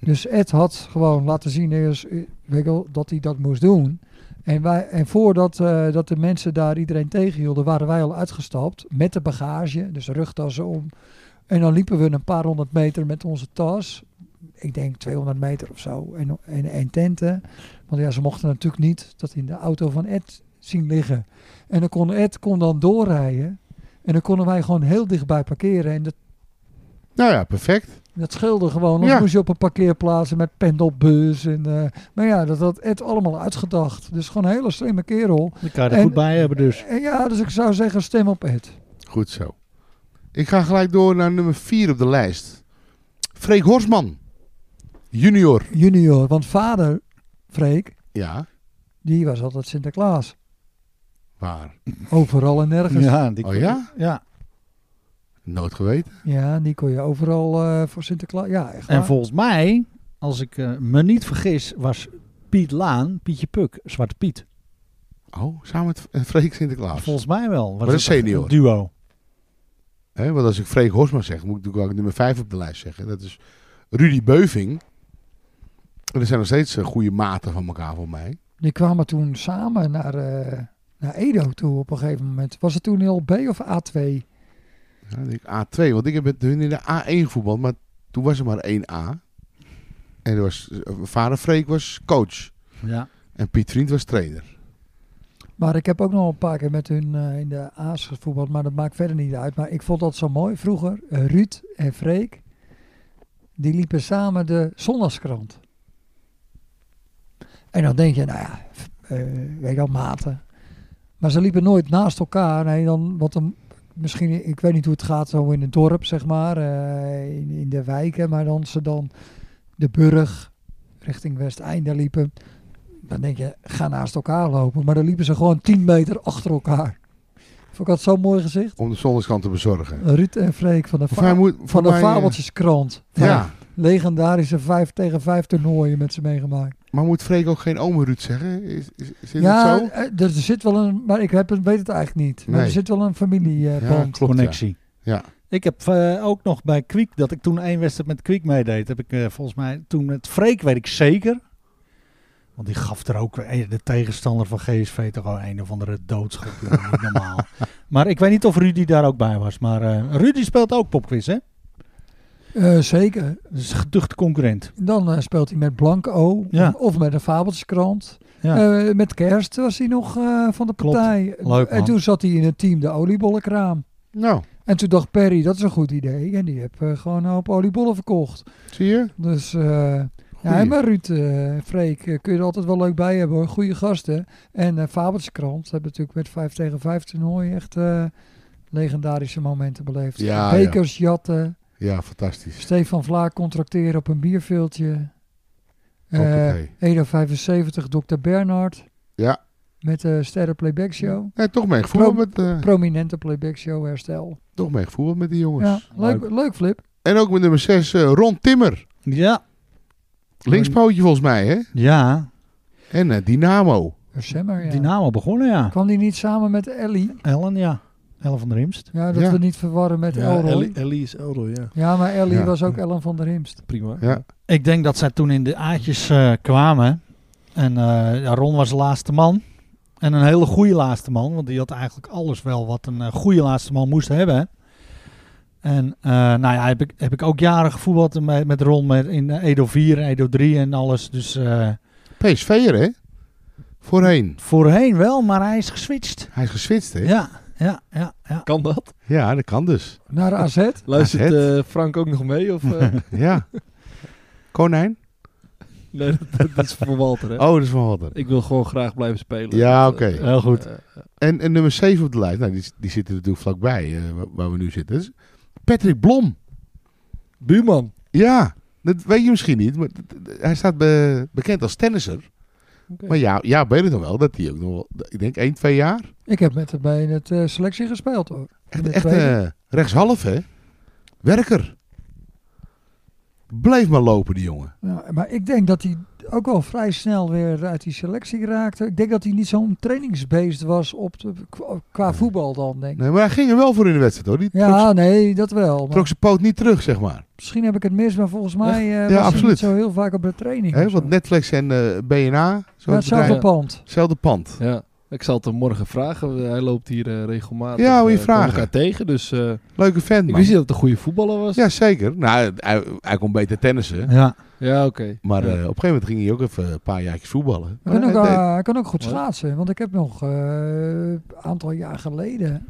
Speaker 3: Dus Ed had gewoon laten zien eerst, eh, weet ik wel, dat hij dat moest doen. En, wij, en voordat eh, dat de mensen daar iedereen tegenhielden, waren wij al uitgestapt met de bagage, dus rugtassen om. En dan liepen we een paar honderd meter met onze tas. Ik denk 200 meter of zo. En, en, en tenten. Want ja, ze mochten natuurlijk niet dat in de auto van Ed zien liggen. En dan kon Ed kon dan doorrijden. En dan konden wij gewoon heel dichtbij parkeren. En dat,
Speaker 4: Nou ja, perfect.
Speaker 3: dat scheelde gewoon. Dan
Speaker 4: Ja.
Speaker 3: moest je op een parkeerplaats en met pendelbus. En, eh, maar ja, dat had Ed allemaal uitgedacht. Dus gewoon een hele slimme kerel.
Speaker 1: Daar kan je er
Speaker 3: En-
Speaker 1: goed bij hebben dus.
Speaker 3: En ja, dus ik zou zeggen stem op Ed.
Speaker 4: Goed zo. Ik ga gelijk door naar nummer 4 op de lijst. Freek Horsman. Junior.
Speaker 3: Junior, want vader, Freek,
Speaker 4: Ja,
Speaker 3: die was altijd Sinterklaas.
Speaker 4: waar?
Speaker 3: Overal en nergens. Ja,
Speaker 1: Ja, die
Speaker 4: Oh ja?
Speaker 1: Ja.
Speaker 4: Nooit geweten.
Speaker 3: en die kon je overal eh, voor Sinterklaas. Ja, echt
Speaker 1: En
Speaker 3: waar.
Speaker 1: volgens mij, als ik eh, me niet vergis, was Piet Laan, Pietje Puk, Zwarte Piet.
Speaker 4: Oh, samen met eh, Freek Sinterklaas.
Speaker 1: Volgens mij wel. Was
Speaker 4: dat is
Speaker 1: het echt
Speaker 4: senior.
Speaker 1: Een duo.
Speaker 4: Hè, want als ik Freek Horsman zeg, moet ik natuurlijk ook nummer 5 op de lijst zeggen. Dat is Rudy Beuving. En er zijn nog steeds eh, goede maten van elkaar voor mij.
Speaker 3: Die kwamen toen samen naar, eh, naar Edo toe op een gegeven moment. Was het toen LB of A2?
Speaker 4: Ja, dan denk ik A2, want ik heb met hun in de A1 gevoetbald, maar toen was er maar één A. En er was, eh, vader Freek was coach
Speaker 1: Ja.
Speaker 4: en Piet Vriend was trainer.
Speaker 3: Maar ik heb ook nog een paar keer met hun eh, in de A's gevoetbald, maar dat maakt verder niet uit. Maar ik vond dat zo mooi. Vroeger, eh, Ruud en Freek, die liepen samen de zondagskrant. En dan denk je, nou ja, f- eh, weet je wel, maten. Maar ze liepen nooit naast elkaar. Nee, dan, want dan, misschien, ik weet niet hoe het gaat zo in het dorp, zeg maar, eh, in, in de wijken. Maar dan ze dan de Burg richting Westeinde liepen. Dan denk je, ga naast elkaar lopen. Maar dan liepen ze gewoon 10 meter achter elkaar. Vond ik dat zo'n mooi gezicht.
Speaker 4: Om de zonneschant te bezorgen.
Speaker 3: Ruud en Freek van de,
Speaker 4: Voor mij
Speaker 3: fa-
Speaker 4: moet- voor
Speaker 3: van de
Speaker 4: mij, eh,
Speaker 3: Fabeltjeskrant.
Speaker 4: Ja,
Speaker 3: Legendarische 5 tegen 5 toernooien met ze meegemaakt.
Speaker 4: maar moet Freek ook geen ome Ruud zeggen? Is, is, is
Speaker 3: ja,
Speaker 4: dat zo?
Speaker 3: eh, er zit wel een, maar ik heb, het- weet het eigenlijk niet. Maar
Speaker 4: Nee.
Speaker 3: er zit wel een familieband.
Speaker 4: Ja, klopt. ja.
Speaker 1: Connectie.
Speaker 4: Ja.
Speaker 1: Ik heb eh, ook nog bij Kwiek, dat ik toen één wedstrijd met Kwiek meedeed, heb ik eh, volgens mij toen met Freek, weet ik zeker. Want die gaf er ook eh, de tegenstander van GSV toch al een of andere doodschop. jongen,
Speaker 4: *laughs*
Speaker 1: niet normaal. Maar ik weet niet of Rudy daar ook bij was. Maar eh, Rudy speelt ook popquiz, hè?
Speaker 3: Eh, zeker.
Speaker 1: Dat is een geduchte concurrent.
Speaker 3: Dan eh, speelt hij met Blanco
Speaker 1: Ja.
Speaker 3: of, of met een Fabeltjeskrant.
Speaker 1: Ja.
Speaker 3: Eh, met kerst was hij nog eh, van de
Speaker 1: Klopt.
Speaker 3: partij.
Speaker 1: Leuk,
Speaker 3: en
Speaker 1: man.
Speaker 3: toen zat hij in het team de oliebollenkraam.
Speaker 4: Nou,
Speaker 3: En toen dacht Perry, dat is een goed idee. En die heb eh, gewoon een hoop oliebollen verkocht.
Speaker 4: zie je?
Speaker 3: Dus eh
Speaker 4: Goeie.
Speaker 3: ja, maar Ruud, eh, Freek, eh, kun je er altijd wel leuk bij hebben hoor. Goede gasten. En eh Fabeltjeskrant hebben natuurlijk met 5 tegen 5 toernooi echt eh, legendarische momenten beleefd.
Speaker 4: Ja,
Speaker 3: Bekers jatten,
Speaker 4: Ja, fantastisch.
Speaker 3: Stefan Vlaak contracteren op een bierveeltje. Eh
Speaker 4: Hoppakee.
Speaker 3: Edo 75, Dr. Bernhard.
Speaker 4: Ja.
Speaker 3: Met de Sterren Playback Show.
Speaker 4: Ja, toch mee gevoetbald met, eh,
Speaker 3: Prominente Playback Show herstel.
Speaker 4: toch mee gevoetbald met die jongens.
Speaker 3: Ja, leuk,
Speaker 1: Leuk.
Speaker 3: leuk. Flip.
Speaker 4: En ook met nummer 6, Ron Timmer.
Speaker 1: Ja.
Speaker 4: Linkspootje volgens mij, hè?
Speaker 1: Ja.
Speaker 4: En eh, Dynamo.
Speaker 3: Semmer, ja.
Speaker 1: Dynamo begonnen, ja.
Speaker 3: Kwam die niet samen met Ellie?
Speaker 1: Ellen, ja. Ellen van der Rimst.
Speaker 3: Ja, dat
Speaker 4: Ja.
Speaker 3: we niet verwarren met Elroy.
Speaker 2: Ellie, Ellie is Elroy, ja.
Speaker 3: Ja, maar Ellie
Speaker 4: Ja.
Speaker 3: was ook Ellen van der Himst.
Speaker 2: Prima.
Speaker 4: Ja.
Speaker 1: Ik denk dat zij toen in de aatjes eh, kwamen. En eh, ja, Ron was de laatste man. En een hele goede laatste man. Want die had eigenlijk alles wel wat een eh, goede laatste man moest hebben. En eh, nou ja, heb ik, heb ik ook jaren gevoetbald met, met Ron met, in eh, Edo 4, Edo 3 en alles. Dus eh,
Speaker 4: PSV'er, hè? Voorheen.
Speaker 1: voorheen wel, maar hij is geswitcht.
Speaker 4: Hij is geswitst, hè?
Speaker 1: Ja, ja, ja, ja.
Speaker 2: Kan dat?
Speaker 4: Ja, dat kan dus. *laughs*
Speaker 3: Naar AZ.
Speaker 2: Luistert
Speaker 4: AZ? *laughs*
Speaker 2: eh, Frank ook nog mee? Of, eh?
Speaker 4: Ja. Konijn?
Speaker 2: Nee, dat, dat is voor Walter, hè.
Speaker 4: Oh, dat is van Walter.
Speaker 2: Ik wil gewoon graag blijven spelen.
Speaker 4: Ja,
Speaker 2: Dat,
Speaker 4: oké.
Speaker 2: eh,
Speaker 1: Heel goed.
Speaker 2: eh,
Speaker 4: En, en nummer 7 op de lijst, nou, die, die zit er natuurlijk vlakbij eh, waar- waar we nu zitten. Dat is Patrick Blom.
Speaker 2: buurman.
Speaker 4: Ja, dat weet je misschien niet, maar d- d- hij staat be- bekend als tennisser.
Speaker 2: Oké.
Speaker 4: Maar ja, ja, weet het nog wel dat hij ook nog wel, ik denk 1, 2 jaar.
Speaker 3: Ik heb met hem bij het eh, selectie gespeeld hoor. In
Speaker 4: Echt,
Speaker 3: de
Speaker 4: echt
Speaker 3: tweede.
Speaker 4: eh, rechtshalf, hè? Werker. Bleef maar lopen, die jongen.
Speaker 3: Ja, maar ik denk dat hij ook wel vrij snel weer uit die selectie raakte. Ik denk dat hij niet zo'n trainingsbeest was op de, qua- qua voetbal dan, denk ik.
Speaker 4: Nee, maar hij ging er wel voor in de wedstrijd, hoor. Die trok,
Speaker 3: Ja, nee, dat wel. Maar
Speaker 4: trok zijn poot niet terug, zeg maar.
Speaker 3: misschien heb ik het mis, maar volgens mij eh, was hij
Speaker 4: absoluut.
Speaker 3: niet zo heel vaak op de training.
Speaker 4: Hè,
Speaker 3: of zo.
Speaker 4: want Netflix en eh, BNA,
Speaker 3: ja,
Speaker 4: zo'n
Speaker 3: hetzelfde
Speaker 4: bedrijf,
Speaker 2: bedrijf.
Speaker 3: pand.
Speaker 4: hetzelfde pand.
Speaker 2: Ja. Ik zal het hem morgen vragen. Hij loopt hier eh, regelmatig.
Speaker 4: Ja, wil je
Speaker 2: eh, komen
Speaker 4: vragen?
Speaker 2: elkaar tegen, dus... eh,
Speaker 4: Leuke fan,
Speaker 2: ik
Speaker 4: man.
Speaker 2: wist niet dat het een goede voetballer was.
Speaker 4: Ja, zeker. Nou, hij, hij kon beter tennissen.
Speaker 1: Ja.
Speaker 2: Ja, oké.
Speaker 4: Maar
Speaker 2: Ja.
Speaker 4: eh, op een gegeven moment ging hij ook even een paar jaartjes voetballen.
Speaker 3: Hij kan,
Speaker 4: Maar
Speaker 3: ook,
Speaker 4: hij deed-
Speaker 3: eh, hij kan ook goed
Speaker 2: Ja.
Speaker 3: schaatsen. Want ik heb nog eh, een aantal jaar geleden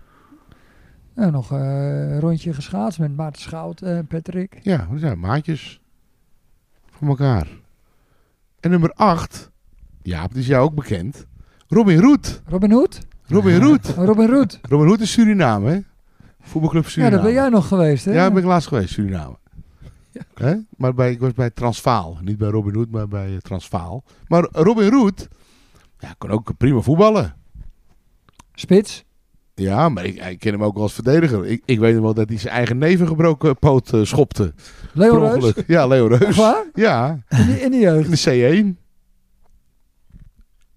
Speaker 3: ja, nog eh, een rondje geschaatst met Maarten Schout en Patrick.
Speaker 4: Ja, we zijn maatjes van elkaar. En nummer 8, Jaap, die is jou ook bekend. Robin Roet.
Speaker 3: Robin Hood? Oh,
Speaker 4: Robin Roet.
Speaker 3: Robin
Speaker 4: *laughs*
Speaker 3: Hood.
Speaker 4: Robin Roet is Suriname, hè? Voetbalclub
Speaker 3: Ja,
Speaker 4: Suriname.
Speaker 3: daar ben jij nog geweest, hè?
Speaker 4: Ja, daar ben ik laatst geweest,
Speaker 3: *laughs*
Speaker 4: Suriname. Hè? Maar bij, ik was bij Transvaal. Niet bij Robin Hood, maar bij eh, Transvaal. Maar Robin Roet ja, kon ook prima voetballen.
Speaker 3: Spits.
Speaker 4: Ja, maar ik, ik ken hem ook als verdediger. Ik, ik weet nog wel dat hij zijn eigen neven gebroken poot eh, schopte.
Speaker 3: Leo
Speaker 4: Per
Speaker 3: Reus.
Speaker 4: ongeluk. Ja, Leo
Speaker 3: Echt
Speaker 4: Reus.
Speaker 3: waar?
Speaker 4: Ja,
Speaker 3: In de, in de
Speaker 4: In
Speaker 3: jeugd.
Speaker 4: de C1.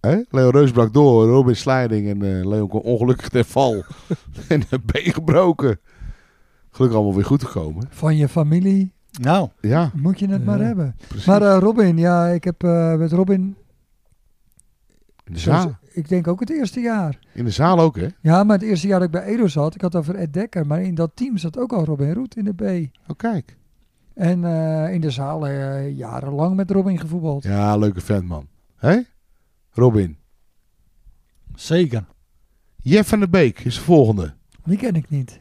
Speaker 4: Hè? Leon Reus brak door, Robin Slijding en eh, Leon kwam ongelukkig ten val. *laughs* en een been gebroken. Gelukkig allemaal weer goed gekomen.
Speaker 3: Van je familie
Speaker 1: Nou,
Speaker 4: Ja,
Speaker 3: moet je het
Speaker 1: Ja.
Speaker 3: maar hebben.
Speaker 4: precies.
Speaker 3: Maar eh, Robin, ja, ik heb eh, met Robin,
Speaker 4: in, de zaal,
Speaker 3: zoals- ik denk ook het eerste jaar.
Speaker 4: in de zaal ook, hè? Oké.
Speaker 3: Ja, maar het eerste jaar dat ik bij Edo zat, ik had het over Ed Dekker. Maar in dat team zat ook al Robin Roet in de B.
Speaker 4: Oh, kijk.
Speaker 3: En eh, in de zaal eh, jarenlang met Robin gevoetbald.
Speaker 4: Ja, leuke fan, man. Hè? Robin.
Speaker 1: zeker.
Speaker 4: Jeff van der Beek is de volgende.
Speaker 3: Die ken ik niet.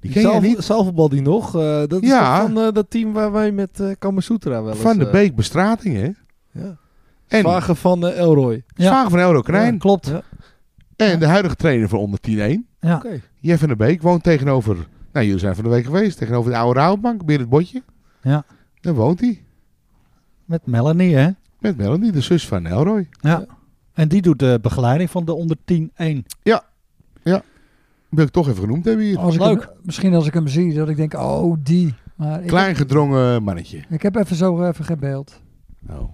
Speaker 4: Die ken je
Speaker 2: zaalvo-
Speaker 4: niet?
Speaker 2: zaalvoetbal die nog. eh, dat is
Speaker 4: Ja.
Speaker 2: toch van eh, dat team waar wij met eh Kamasutra wel eens...
Speaker 4: Van der
Speaker 2: eh,
Speaker 4: Beek bestrating, hè?
Speaker 2: Ja.
Speaker 4: En Vagen,
Speaker 2: Vragen van eh, Elroy.
Speaker 4: van Euro Knijn.
Speaker 1: Ja, klopt.
Speaker 2: Ja.
Speaker 4: En de huidige trainer van onder 10-1.
Speaker 3: Ja.
Speaker 2: Oké.
Speaker 4: Jeff van der Beek woont tegenover... Nou, jullie zijn van de week geweest. Tegenover de oude Rauwbank, binnen het botje.
Speaker 1: Ja.
Speaker 4: Daar woont hij.
Speaker 1: Met Melanie, hè?
Speaker 4: Met Melanie, de zus van Elroy.
Speaker 1: En die doet de begeleiding van de onder 10-1.
Speaker 4: Wil ik toch even genoemd hebben hier.
Speaker 3: Als ik
Speaker 1: Leuk.
Speaker 3: hem- misschien als ik hem zie, dat ik denk, oh die. Maar ik,
Speaker 4: Klein gedrongen mannetje.
Speaker 3: ik heb even zo even geen beeld.
Speaker 4: Nou.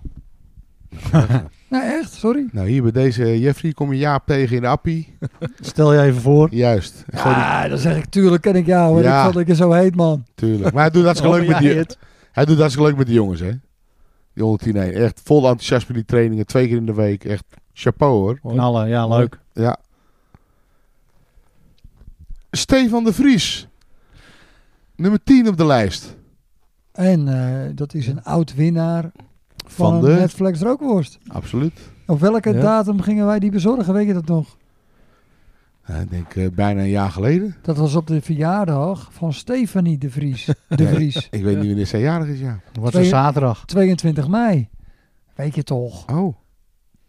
Speaker 3: Nou echt, sorry.
Speaker 4: nou, hier bij deze Jeffrey kom je Jaap tegen in de appie.
Speaker 1: Stel je even voor.
Speaker 4: Juist. En gooi die-
Speaker 3: Ja, dan zeg ik, tuurlijk ken ik jou. Hoor.
Speaker 4: Ja.
Speaker 3: Ik vond dat je zo heet, man.
Speaker 4: Tuurlijk. Maar hij doet hartstikke leuk met die, hij doet hartstikke leuk met die jongens, hè. Die onder 10 1. Echt vol enthousiasme die trainingen. Twee keer in de week. Echt chapeau, hoor.
Speaker 1: Knallen, ja, leuk.
Speaker 4: Ja. Stefan de Vries. Nummer 10 op de lijst.
Speaker 3: En eh, dat is een oud winnaar van,
Speaker 4: Van
Speaker 3: een
Speaker 4: de-
Speaker 3: Netflix rookworst.
Speaker 4: Absoluut.
Speaker 3: Op welke
Speaker 2: Ja.
Speaker 3: datum gingen wij die bezorgen? Weet je dat nog?
Speaker 4: Nou, ik denk eh, bijna een jaar geleden.
Speaker 3: Dat was op de verjaardag van Stefanie de
Speaker 4: *laughs*
Speaker 3: Vries. De
Speaker 4: Nee.
Speaker 3: Vries.
Speaker 4: Ik weet niet wanneer zijn jarig is, ja.
Speaker 1: Dat was
Speaker 3: Twee-
Speaker 1: een zaterdag.
Speaker 3: 22 mei. Weet je toch?
Speaker 4: Oh.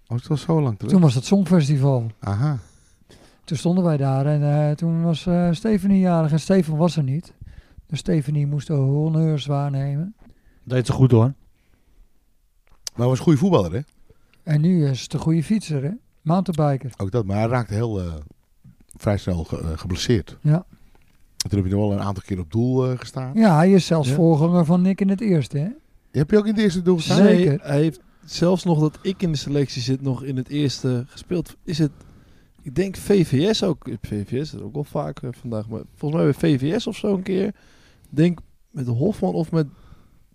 Speaker 4: Oh, het was zo lang terug.
Speaker 3: Toen was het Songfestival.
Speaker 4: Aha.
Speaker 3: Toen stonden wij daar en eh, toen was eh Stefanie jarig en Stefan was er niet. Dus Stefanie moest de honneurs waarnemen.
Speaker 1: Deed ze goed hoor.
Speaker 4: Maar hij was een goede voetballer, hè?
Speaker 3: En nu is het een goede fietser, hè? Mountainbiker.
Speaker 4: Ook dat, maar hij raakte heel eh, vrij snel ge- eh, geblesseerd.
Speaker 3: Ja.
Speaker 4: En toen heb je nog wel een aantal keer op doel eh, gestaan.
Speaker 3: Ja, hij is zelfs
Speaker 2: Ja.
Speaker 3: voorganger van Nick in het eerste, hè?
Speaker 4: Heb je ook in het eerste doel gestaan?
Speaker 3: Zeker.
Speaker 2: Nee, hij heeft zelfs nog dat ik in de selectie zit, nog in het eerste gespeeld. Is het, ik denk VVS ook. VVS dat is ook wel vaak eh, vandaag. Maar volgens mij bij VVS of zo een keer. Ik Denk met Hofman of met,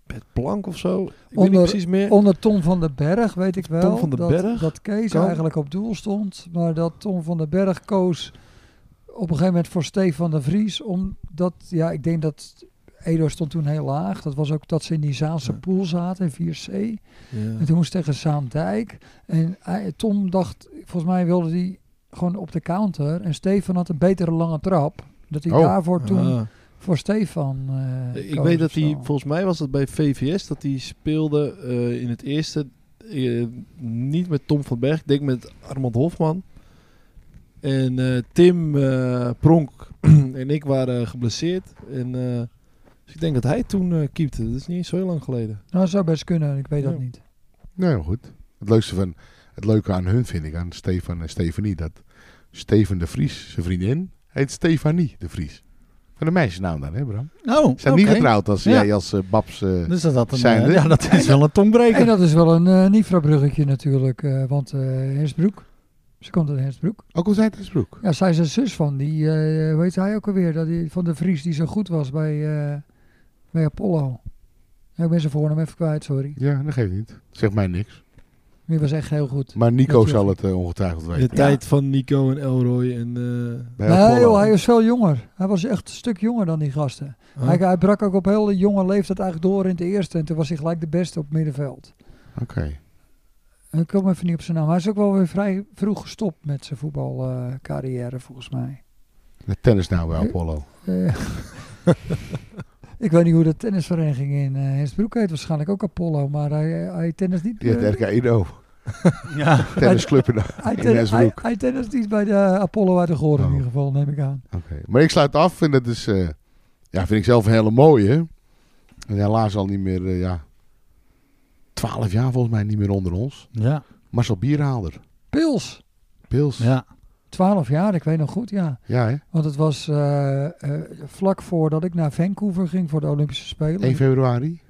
Speaker 2: met Plank of zo. Ik weet
Speaker 3: Onder-
Speaker 2: niet precies meer.
Speaker 3: Onder Tom van den Berg weet ik wel
Speaker 2: Tom van den
Speaker 3: dat,
Speaker 2: Berg?
Speaker 3: dat Kees
Speaker 2: Kan.
Speaker 3: eigenlijk op doel stond. Maar dat Tom van den Berg koos op een gegeven moment voor Stefan de Vries. Omdat, ja, ik denk dat Edo stond toen heel laag. Dat was ook dat ze in die Zaanse
Speaker 2: Ja.
Speaker 3: pool zaten, in 4C.
Speaker 2: Ja.
Speaker 3: En toen moest tegen Zaandijk. En hij- Tom dacht, volgens mij wilde hij gewoon op de counter. En Stefan had een betere lange trap. Dat hij
Speaker 4: Oh.
Speaker 3: daarvoor toen
Speaker 2: Ah.
Speaker 3: voor Stefan. eh,
Speaker 2: Ik
Speaker 3: koos
Speaker 2: weet dat
Speaker 3: of zo.
Speaker 2: hij, volgens mij was dat bij VVS, dat hij speelde eh, in het eerste eh, niet met Tom van Berg. Ik denk met Armand Hofman. En eh, Tim eh, Pronk *clears throat* en ik waren eh, geblesseerd. En, eh, dus ik denk dat hij toen eh keepte. Dat is niet eens zo heel lang geleden.
Speaker 3: Nou, dat zou best kunnen. Ik weet
Speaker 2: Ja.
Speaker 3: dat niet.
Speaker 4: Nou ja, goed. Het, leukste van, het leuke aan hun vind ik, aan Stefan en Stefanie, dat Steven de Vries, zijn vriendin, heet Stefanie de Vries. Van de meisjesnaam dan, hè Bram?
Speaker 1: Oh,
Speaker 4: Ze zijn niet
Speaker 1: oké.
Speaker 4: getrouwd als
Speaker 1: Ja.
Speaker 4: jij als eh, Babs... eh,
Speaker 1: Dus dat, dat, een,
Speaker 4: Zijn
Speaker 1: eh,
Speaker 4: er?
Speaker 1: ja, dat is wel een tongbreker.
Speaker 3: En dat is wel een eh Nifra-bruggetje natuurlijk, eh, want eh Hersbroek, ze komt uit Hersbroek.
Speaker 4: ook al zijn het is broek.
Speaker 3: Ja, zij is een zus van die, eh, hoe heet hij ook alweer, dat die, van de Vries die zo goed was bij, eh, bij Apollo. Ja, ik ben zijn voornaam even kwijt, sorry.
Speaker 4: Ja, dat geeft niet. Zegt mij niks.
Speaker 3: Die was echt heel goed.
Speaker 4: Maar Nico
Speaker 3: Dat je-
Speaker 4: zal het eh, ongetwijfeld
Speaker 2: In de
Speaker 4: weten.
Speaker 2: tijd van Nico en Elroy. En, eh,
Speaker 4: Bij
Speaker 3: Nee
Speaker 4: Apollo.
Speaker 3: joh, hij is veel jonger. Hij was echt een stuk jonger dan die gasten.
Speaker 2: oh,
Speaker 3: Hij, hij brak ook op heel jonge leeftijd eigenlijk door in het eerste. En toen was hij gelijk de beste op het middenveld.
Speaker 4: Oké.
Speaker 3: En Ik kom even niet op zijn naam. Hij is ook wel weer vrij vroeg gestopt met zijn voetbalcarrière volgens mij.
Speaker 4: De tennis nou bij Apollo.
Speaker 3: Eh, *laughs* ik weet niet hoe de tennisvereniging in eh Heemsbroek heet. Waarschijnlijk ook Apollo. Maar hij, hij tennis niet...
Speaker 4: Die
Speaker 3: eh,
Speaker 4: heeft RK Edo.
Speaker 1: Ja.
Speaker 4: Tennisclub in
Speaker 3: hij,
Speaker 4: in
Speaker 3: tennis, hij,
Speaker 4: Heemsbroek.
Speaker 3: hij tennist niet bij de Apollo uit de Goor
Speaker 4: Oh.
Speaker 3: in ieder geval, neem ik aan.
Speaker 4: Oké, Maar ik sluit af en dat is, eh, ja, vind ik zelf een hele mooie. En helaas al niet meer, eh, ja, twaalf jaar volgens mij niet meer onder ons.
Speaker 1: Ja.
Speaker 4: Marcel Bierhaalder,
Speaker 3: Pils,
Speaker 4: Pils. Ja,
Speaker 1: ja.
Speaker 3: 12 jaar, ik weet nog goed, ja.
Speaker 4: hè?
Speaker 3: Want het was eh, eh, vlak voordat ik naar Vancouver ging voor de Olympische Spelen.
Speaker 4: 1 februari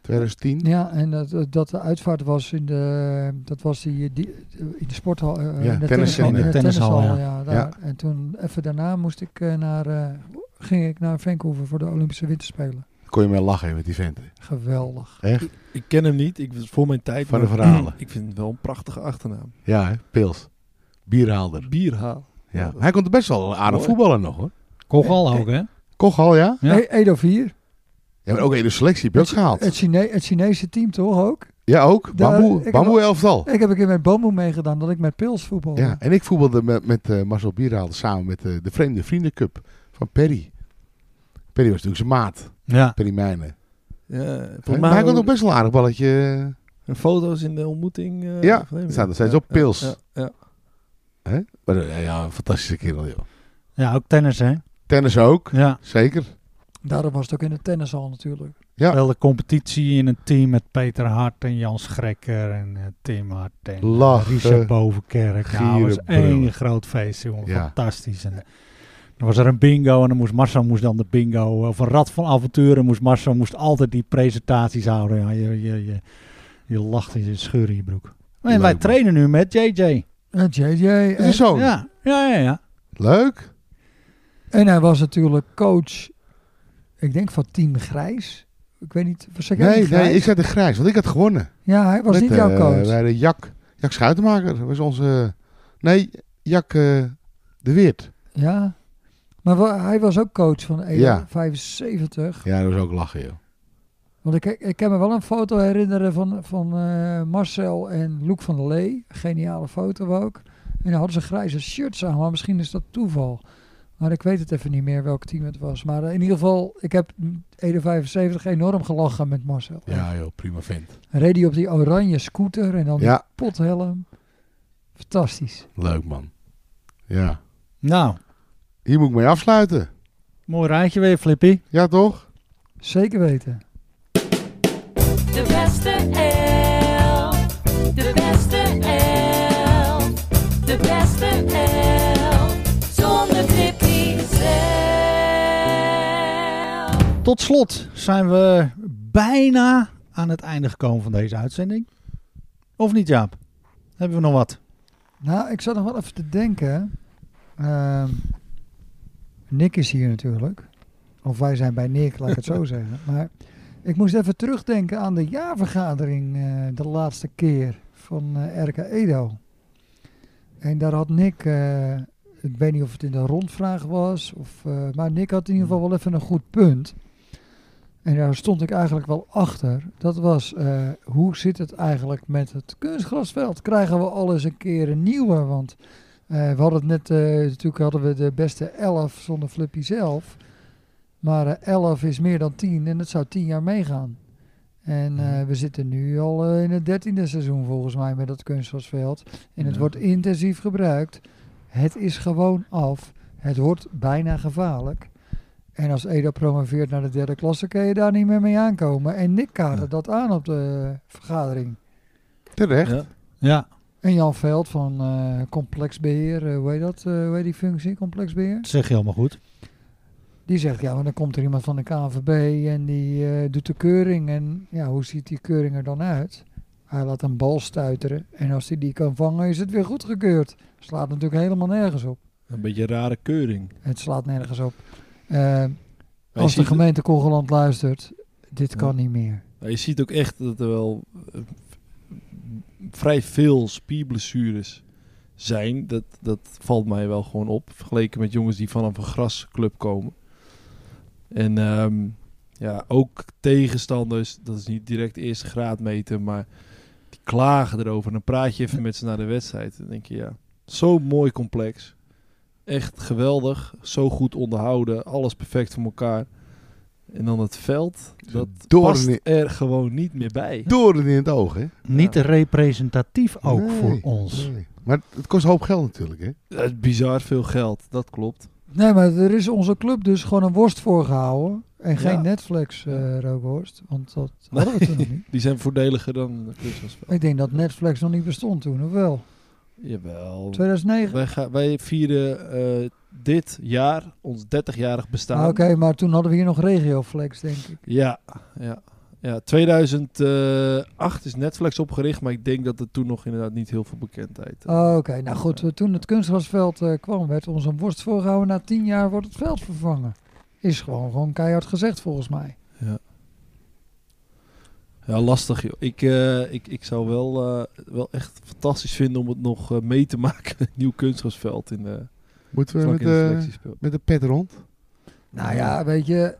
Speaker 4: 2010.
Speaker 3: Ja, en dat, dat- dat de uitvaart was in de, dat was die, die in de sporthal, eh, in de
Speaker 4: tennishal.
Speaker 3: tennishal,
Speaker 4: In de
Speaker 3: in de
Speaker 1: tennishal,
Speaker 3: tennishal,
Speaker 1: ja.
Speaker 3: ja. daar. En toen even daarna moest ik eh, naar, eh, ging ik naar Vancouver voor de Olympische Winterspelen.
Speaker 4: Kon je mee lachen met die venten.
Speaker 3: Geweldig.
Speaker 4: Echt?
Speaker 2: ik ken hem niet. Ik was voor mijn tijd.
Speaker 4: Van de
Speaker 2: maar
Speaker 4: verhalen.
Speaker 2: Ik vind het wel een prachtige achternaam.
Speaker 4: Ja, hè? Pils. Bierhaalder.
Speaker 2: Bierhaal.
Speaker 4: Ja. Hij komt er best wel aardig
Speaker 2: Mooi.
Speaker 4: voetballen nog, hoor.
Speaker 1: Kogal ook, hè?
Speaker 4: Kochal, ja?
Speaker 1: Ja.
Speaker 3: E- Edo 4,
Speaker 4: Ja, maar ook in de selectie heb je ook
Speaker 3: het,
Speaker 4: gehaald.
Speaker 3: Chine- het Chinese team toch ook?
Speaker 4: Ja, ook.
Speaker 3: Daar-
Speaker 4: Bamboe,
Speaker 3: ik heb
Speaker 4: bamboe
Speaker 3: al-
Speaker 4: elftal.
Speaker 3: Ik heb een keer met Bamboe meegedaan dat ik met Pils voetbalde.
Speaker 4: Ja, en ik voetbalde met, met eh, Marcel Bierhaalde samen met eh, de Vreemde Vrienden Cup van Perry. Perry was natuurlijk zijn maat,
Speaker 1: Ja.
Speaker 4: Perry Mijnen.
Speaker 2: Ja, volgens
Speaker 4: Maar,
Speaker 2: mij
Speaker 4: hij kon
Speaker 2: ook-
Speaker 4: ook best wel een aardig balletje.
Speaker 2: En foto's in de ontmoeting. eh,
Speaker 4: Ja,
Speaker 2: van hem,
Speaker 4: er staan nog steeds
Speaker 2: Ja,
Speaker 4: op Pils.
Speaker 2: Ja, ja.
Speaker 4: Maar, eh, ja, een fantastische kerel, joh.
Speaker 1: Ja, ook tennis, hè?
Speaker 4: Tennis ook,
Speaker 1: Ja.
Speaker 4: zeker.
Speaker 3: Daarom was het ook in de tennishal natuurlijk.
Speaker 4: Ja.
Speaker 1: Wel de competitie in een team met Peter Hart en Jans Grekker en eh, Tim Hart en eh,
Speaker 4: Lachen,
Speaker 1: Richard Bovenkerk. Nou, het was
Speaker 4: gieren, brullen.
Speaker 1: één groot feest, jongen.
Speaker 4: Ja.
Speaker 1: Fantastisch. En, eh, dan was er een bingo en dan moest Marcel moest dan de bingo. eh, Of een rad van avonturen moest Marcel moest altijd die presentaties houden. Ja, je, je, je, je lacht in je scheur in je broek.
Speaker 4: Leuk,
Speaker 1: En wij
Speaker 4: man. Oh.
Speaker 1: trainen nu met JJ.
Speaker 3: En JJ.
Speaker 4: Het
Speaker 3: En,
Speaker 4: is zo.
Speaker 1: Ja, ja, ja. ja.
Speaker 4: Leuk.
Speaker 3: en hij was natuurlijk coach, ik denk van Team Grijs. Ik weet niet, was ik
Speaker 4: Nee, nee, ik zet de grijs, want ik had gewonnen.
Speaker 3: Ja, hij was
Speaker 4: Met,
Speaker 3: niet jouw
Speaker 4: eh,
Speaker 3: coach.
Speaker 4: wij hadden Jak, Jak Schuitenmaker. Dat was onze... Nee, Jak eh, de Weert.
Speaker 3: Ja. Maar wa- hij was ook coach van E EO
Speaker 4: Ja.
Speaker 3: 75.
Speaker 4: Ja, dat was ook lachen, joh.
Speaker 3: Want ik, ik kan me wel een foto herinneren van, van eh, Marcel en Loek van der Lee. Geniale foto ook. En dan hadden ze grijze shirts aan, maar misschien is dat toeval. Maar ik weet het even niet meer welk team het was. Maar eh, in ieder geval, ik heb Edo 75 enorm gelachen met Marcel.
Speaker 4: Ja, joh, prima vent.
Speaker 3: Reed hij op die oranje scooter en dan
Speaker 4: Ja,
Speaker 3: die pothelm. Fantastisch.
Speaker 4: leuk man. Ja.
Speaker 1: Nou,
Speaker 4: Hier moet ik mee afsluiten.
Speaker 1: mooi rijtje weer, Flippy.
Speaker 4: Ja, toch?
Speaker 3: Zeker weten.
Speaker 7: De beste L. De beste L. De beste L. Zonder Tippy zelf.
Speaker 1: Tot slot zijn we bijna aan het einde gekomen van deze uitzending. Of niet, Jaap? Hebben we nog wat?
Speaker 3: Nou, ik zat nog wel even te denken. Ehm, Nick is hier natuurlijk. Of wij zijn bij Nick, laat ik het zo zeggen. Maar ik moest even terugdenken aan de jaarvergadering eh, de laatste keer van eh RK Edo. En daar had Nick, eh, ik weet niet of het in de rondvraag was, of, eh, maar Nick had in ieder geval wel even een goed punt. En daar stond ik eigenlijk wel achter. Dat was, eh, hoe zit het eigenlijk met het kunstgrasveld? Krijgen we al eens een keer een nieuwe? Want eh, we hadden het net, eh, natuurlijk hadden we de beste 11 zonder Flippy zelf. Maar eh, 11 is meer dan 10 en dat zou 10 jaar meegaan. En
Speaker 2: Mhm.
Speaker 3: eh, we zitten nu al eh, in het dertiende seizoen volgens mij met dat kunstgrasveld. En het
Speaker 2: Ja.
Speaker 3: wordt intensief gebruikt. Het is gewoon af. Het wordt bijna gevaarlijk. En als Edo promoveert naar de derde klasse, kun je daar niet meer mee aankomen. En Nick kaartte
Speaker 2: Ja.
Speaker 3: dat aan op de vergadering.
Speaker 4: Terecht.
Speaker 2: Ja.
Speaker 1: Ja,
Speaker 3: En Jan Veld van eh Complex Beheer, eh, hoe heet dat? eh, hoe heet die functie, Complex Beheer?
Speaker 1: dat zeg je helemaal goed.
Speaker 3: Die zegt, ja, maar dan komt er iemand van de KNVB en die eh, doet de keuring. En ja, hoe ziet die keuring er dan uit? Hij laat een bal stuiteren en als hij die kan vangen is het weer goedgekeurd. Slaat natuurlijk helemaal nergens op.
Speaker 2: Een beetje een rare keuring.
Speaker 3: Het slaat nergens op. Eh,
Speaker 2: Maar
Speaker 3: als
Speaker 2: je,
Speaker 3: de
Speaker 2: ziet,
Speaker 3: gemeente Kogeland luistert, dit kan niet meer.
Speaker 2: maar je ziet ook echt dat er wel eh, vrij veel spierblessures zijn. Dat, dat valt mij wel gewoon op. Vergeleken met jongens die vanaf een grasclub komen. En ehm, ja, ook tegenstanders, dat is niet direct de eerste graad meten, maar die klagen erover. En dan praat je even met ze naar de wedstrijd. Dan denk je, ja, zo mooi complex. Echt geweldig, zo goed onderhouden, alles perfect voor elkaar. En dan het veld, dat
Speaker 4: doorn
Speaker 2: past
Speaker 4: in-
Speaker 2: er gewoon niet meer bij.
Speaker 4: Door in het oog, hè?
Speaker 1: Niet representatief ook
Speaker 4: Nee. Mm.
Speaker 1: voor ons.
Speaker 4: Nee. Maar het kost een hoop geld natuurlijk, hè?
Speaker 2: Dat is bizar veel geld, dat klopt.
Speaker 3: Nee, maar er is onze club dus gewoon een worst voor gehouden. En geen
Speaker 2: Ja.
Speaker 3: Netflix eh rookworst, want
Speaker 2: *laughs*
Speaker 3: dat hadden we toen nog niet.
Speaker 2: Die zijn voordeliger dan de kunstgrasveld.
Speaker 3: Ik denk dat Netflix nog niet bestond toen, of wel?
Speaker 2: Jawel.
Speaker 3: 2009?
Speaker 2: Wij, gaan, wij vieren eh, dit jaar ons 30-jarig bestaan.
Speaker 3: Ah, Oké, maar toen hadden we hier nog regioflex, denk ik.
Speaker 2: Ja, ja, ja. 2008 is Netflix opgericht, maar ik denk dat er toen nog inderdaad niet heel veel bekendheid. eh,
Speaker 3: Ah, Oké, nou goed, eh, toen het kunstgrasveld eh, kwam, werd ons een worst voorgehouden. Na tien jaar wordt het veld vervangen. Is gewoon, gewoon keihard gezegd, volgens mij.
Speaker 2: Ja, lastig joh. Ik, eh, ik, ik zou wel, eh, wel echt fantastisch vinden om het nog eh, mee te maken. *laughs* Een nieuw kunstgrasveld in de,
Speaker 4: Moeten we
Speaker 2: vlak
Speaker 4: met
Speaker 2: in de
Speaker 3: eh,
Speaker 4: de,
Speaker 2: selectiespeel.
Speaker 4: met de pet rond?
Speaker 3: Nou ja, weet je,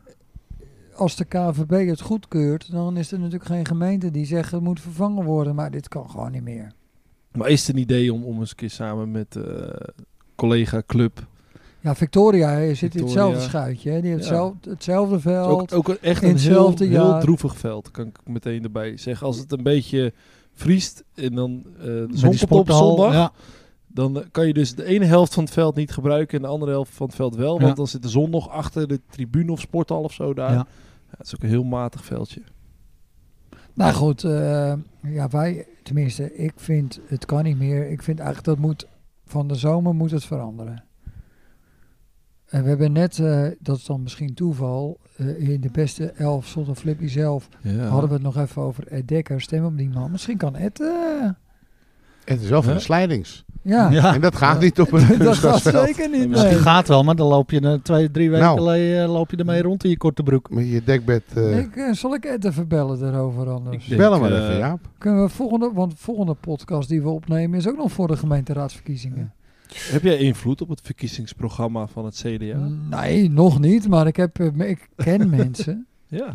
Speaker 3: als de KVB het goedkeurt, dan is er natuurlijk geen gemeente die zegt het moet vervangen worden. Maar dit kan gewoon niet meer.
Speaker 2: Maar is het een idee om, om eens een keer samen met eh, collega club...
Speaker 3: Ja, Victoria eh, zit in
Speaker 2: Victoria.
Speaker 3: hetzelfde schuitje. hè. Die heeft
Speaker 2: Ja.
Speaker 3: hetzelfde, hetzelfde
Speaker 2: Het
Speaker 3: veld.
Speaker 2: is Ook, ook een- echt
Speaker 3: in
Speaker 2: een heel,
Speaker 3: hetzelfde
Speaker 2: heel
Speaker 3: jaar.
Speaker 2: droevig veld, kan ik meteen erbij zeggen. Als het een beetje vriest en dan eh de
Speaker 1: Met
Speaker 2: zon
Speaker 1: die
Speaker 2: komt op
Speaker 1: sporthal,
Speaker 2: zondag...
Speaker 1: Ja,
Speaker 2: Dan eh, kan je dus de ene helft van het veld niet gebruiken en de andere helft van het veld wel. Want
Speaker 1: Ja.
Speaker 2: dan zit de zon nog achter de tribune of sporthal of zo daar.
Speaker 1: Ja.
Speaker 2: Ja. het is ook een heel matig veldje.
Speaker 3: Nou goed, eh, ja, wij, tenminste, ik vind het kan niet meer. Ik vind eigenlijk dat moet van de zomer moet het veranderen. En we hebben net, eh, dat is dan misschien toeval, eh, in de beste elf zonder Flippy zelf hadden we het nog even over Ed Dekker. Stem op die man. Misschien kan Ed. eh,
Speaker 4: Het is wel van
Speaker 2: Hè?
Speaker 4: de slijdings.
Speaker 3: ja,
Speaker 1: *laughs*
Speaker 3: *laughs*
Speaker 1: Ja.
Speaker 4: En dat gaat niet op een
Speaker 3: dat gaat
Speaker 4: kunstgrasveld.
Speaker 3: zeker niet.
Speaker 1: Dus die
Speaker 3: Ah. nee.
Speaker 1: gaat wel, maar dan loop je eh, twee, drie weken
Speaker 4: Nou.
Speaker 1: le- eh, loop je ermee rond in je korte broek.
Speaker 4: *laughs* Met je dekbed. eh,
Speaker 3: Ik, eh, zal ik Ed even bellen daarover anders?
Speaker 2: Ik denk,
Speaker 4: bel hem maar
Speaker 2: eh,
Speaker 4: even, Jaap.
Speaker 3: Kunnen we volgende, want de volgende podcast die we opnemen is ook nog voor de gemeenteraadsverkiezingen.
Speaker 2: Heb jij invloed op het verkiezingsprogramma van het
Speaker 3: Mm.
Speaker 2: CDA?
Speaker 3: Nee, nog niet, maar ik, heb, eh, me- ik
Speaker 2: *laughs*
Speaker 3: ken mensen
Speaker 2: Ja.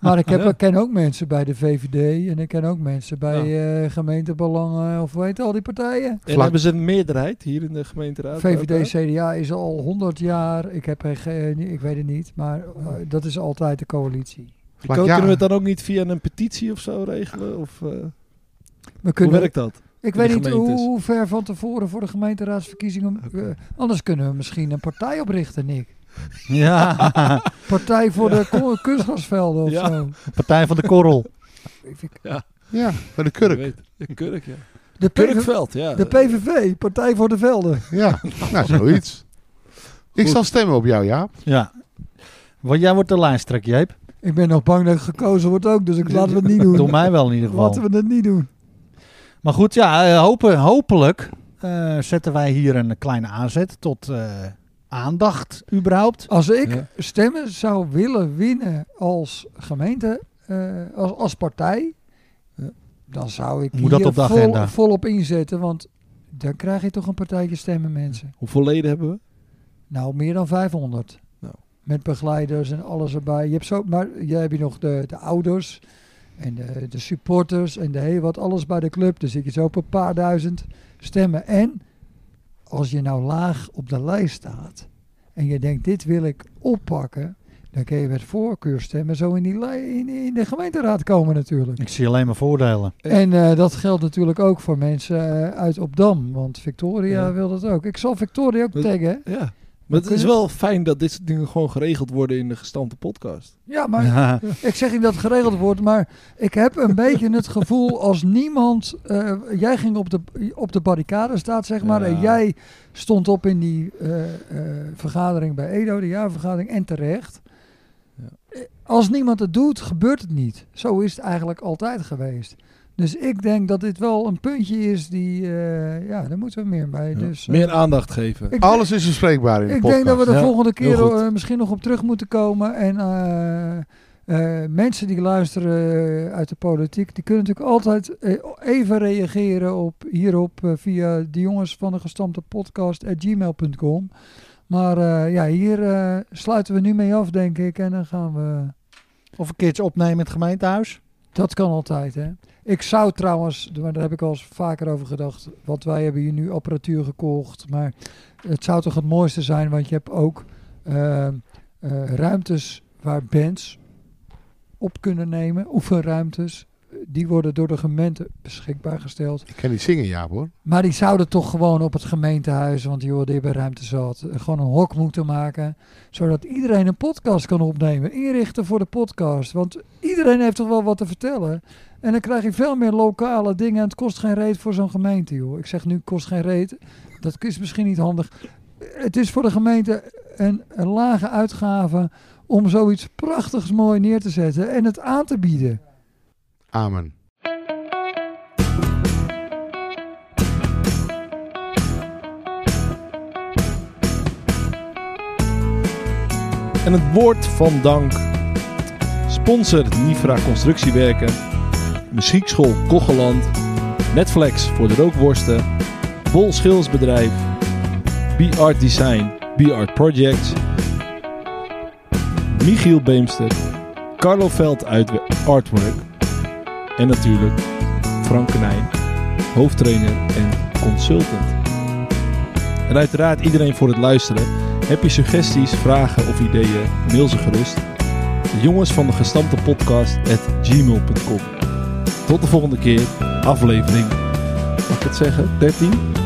Speaker 3: Maar ik heb,
Speaker 2: Ja.
Speaker 3: ik ken ook mensen bij de VVD en ik ken ook mensen bij eh, gemeentebelangen of weet al die partijen.
Speaker 2: En
Speaker 4: Vlak-
Speaker 2: hebben ze een meerderheid hier in de gemeenteraad?
Speaker 3: VVD, CDA is al 100 jaar, ik, heb er geen, ik weet het niet, maar eh, dat is altijd de coalitie.
Speaker 4: Vlak
Speaker 2: Kunnen
Speaker 4: ja.
Speaker 2: we het dan ook niet via een petitie of zo regelen? Of, eh,
Speaker 3: We
Speaker 2: hoe
Speaker 3: kunnen,
Speaker 2: werkt dat?
Speaker 3: ik
Speaker 2: in
Speaker 3: weet
Speaker 2: de
Speaker 3: niet hoe,
Speaker 2: gemeentes?
Speaker 3: hoe ver van tevoren voor de gemeenteraadsverkiezingen. eh, anders kunnen we misschien een partij oprichten, Nick.
Speaker 1: Ja,
Speaker 3: Partij voor de ko- kunstgrasvelden of
Speaker 2: *laughs* Ja.
Speaker 3: zo.
Speaker 1: *laughs* Partij van de Korrel.
Speaker 3: Ik vind-
Speaker 4: Ja, van de kurk.
Speaker 2: Ik weet- De kurk, ja.
Speaker 3: De, PV,
Speaker 2: Kurkveld, ja.
Speaker 3: de PVV, Partij voor de Velden. *laughs*
Speaker 4: Ja, nou zoiets. Ik
Speaker 2: Goed.
Speaker 4: zal stemmen op jou, Jaap.
Speaker 1: Ja. Want jij wordt de lijsttrekker, Jeep.
Speaker 3: Ik ben nog bang dat ik gekozen word ook, dus ik, laten we het niet doen.
Speaker 1: Door mij wel in ieder geval.
Speaker 3: Laten we het niet doen.
Speaker 1: Maar goed, ja, eh, hopen, hopelijk eh, zetten wij hier een kleine aanzet tot eh, aandacht überhaupt.
Speaker 3: Als ik
Speaker 2: Ja.
Speaker 3: stemmen zou willen winnen als gemeente, eh, als, als partij, eh,
Speaker 2: Ja.
Speaker 3: dan zou ik
Speaker 1: Moet dat
Speaker 3: hier
Speaker 1: op de
Speaker 3: vol-
Speaker 1: agenda?
Speaker 3: volop inzetten. Want dan krijg je toch een partijtje stemmen, mensen.
Speaker 2: Hoeveel leden hebben we?
Speaker 3: Nou, meer dan 500.
Speaker 2: Nou.
Speaker 3: Met begeleiders en alles erbij. Je hebt zo, maar jij hebt hier nog de, de ouders en de, de supporters en de heel wat, alles bij de club. Dan zit je zo op een paar duizend stemmen. En als je nou laag op de lijst staat en je denkt, dit wil ik oppakken, Dan kun je met voorkeurstemmen zo in, die, li- in, in de gemeenteraad komen natuurlijk.
Speaker 1: Ik zie alleen maar voordelen.
Speaker 3: En eh, dat geldt natuurlijk ook voor mensen eh, uit Opdam. Want Victoria
Speaker 2: Ja.
Speaker 3: wil dat ook. Ik zal Victoria ook
Speaker 2: Dat-
Speaker 3: taggen. hè?
Speaker 2: Ja. Maar het is wel fijn dat dit soort dingen gewoon geregeld worden in de gestampte podcast.
Speaker 3: Ja, maar
Speaker 1: Ja.
Speaker 3: *laughs* ik zeg niet dat het geregeld wordt. Maar ik heb een beetje het gevoel als niemand... eh, jij ging op de, op de barricade staat, zeg maar.
Speaker 2: Ja.
Speaker 3: En jij stond op in die eh, eh, vergadering bij Edo, de jaarvergadering. En terecht.
Speaker 2: Ja.
Speaker 3: Eh, Als niemand het doet, gebeurt het niet. Zo is het eigenlijk altijd geweest. Dus ik denk dat dit wel een puntje is die... eh, ja, daar moeten we meer bij.
Speaker 2: Ja.
Speaker 3: Dus, eh,
Speaker 2: Meer aandacht geven.
Speaker 3: ik-
Speaker 4: Alles is bespreekbaar in de
Speaker 3: ik
Speaker 4: podcast.
Speaker 3: denk dat we de
Speaker 2: Ja,
Speaker 3: volgende keer
Speaker 2: heel goed.
Speaker 3: eh, misschien nog op terug moeten komen. En eh, eh, mensen die luisteren eh, uit de politiek, die kunnen natuurlijk altijd eh, even reageren op, hierop eh, via de jongens van de gestampte podcast at gmail.com. Maar eh, ja, hier eh, sluiten we nu mee af, denk ik. En dan gaan we.
Speaker 1: *laughs* Of een keertje opnemen in het gemeentehuis.
Speaker 3: Dat kan altijd, hè. Ik zou trouwens, maar daar heb ik al eens vaker over gedacht, want wij hebben hier nu apparatuur gekocht, maar het zou toch het mooiste zijn, want je hebt ook eh, eh, ruimtes waar bands op kunnen nemen, oefenruimtes, eh, die worden door de gemeente beschikbaar gesteld.
Speaker 4: Ik kan niet zingen, Jaap hoor.
Speaker 3: Maar die zouden toch gewoon op het gemeentehuis, want joh, die hebben ruimte zat, eh, gewoon een hok moeten maken, zodat iedereen een podcast kan opnemen, inrichten voor de podcast. Want iedereen heeft toch wel wat te vertellen. En dan krijg je veel meer lokale dingen en het kost geen reet voor zo'n gemeente, joh. Ik zeg nu, kost geen reet, dat is misschien niet handig. Het is voor de gemeente een, een lage uitgave om zoiets prachtigs mooi neer te zetten en het aan te bieden.
Speaker 4: Amen.
Speaker 2: En het woord van dank. Sponsor Nifra Constructiewerken. Muziekschool Kocheland. Netflix voor de rookworsten. Bol Schilsbedrijf. B-Art Design. B-Art Projects. Michiel Beemster. Carlo Veld uit Artwork. En natuurlijk Frank Knijn. Hoofdtrainer en consultant. En uiteraard iedereen voor het luisteren. Heb je suggesties, vragen of ideeën? Mail ze gerust. De jongens van de gestampte podcast at gmail.com. Tot de volgende keer, aflevering. Mag ik het zeggen? 13?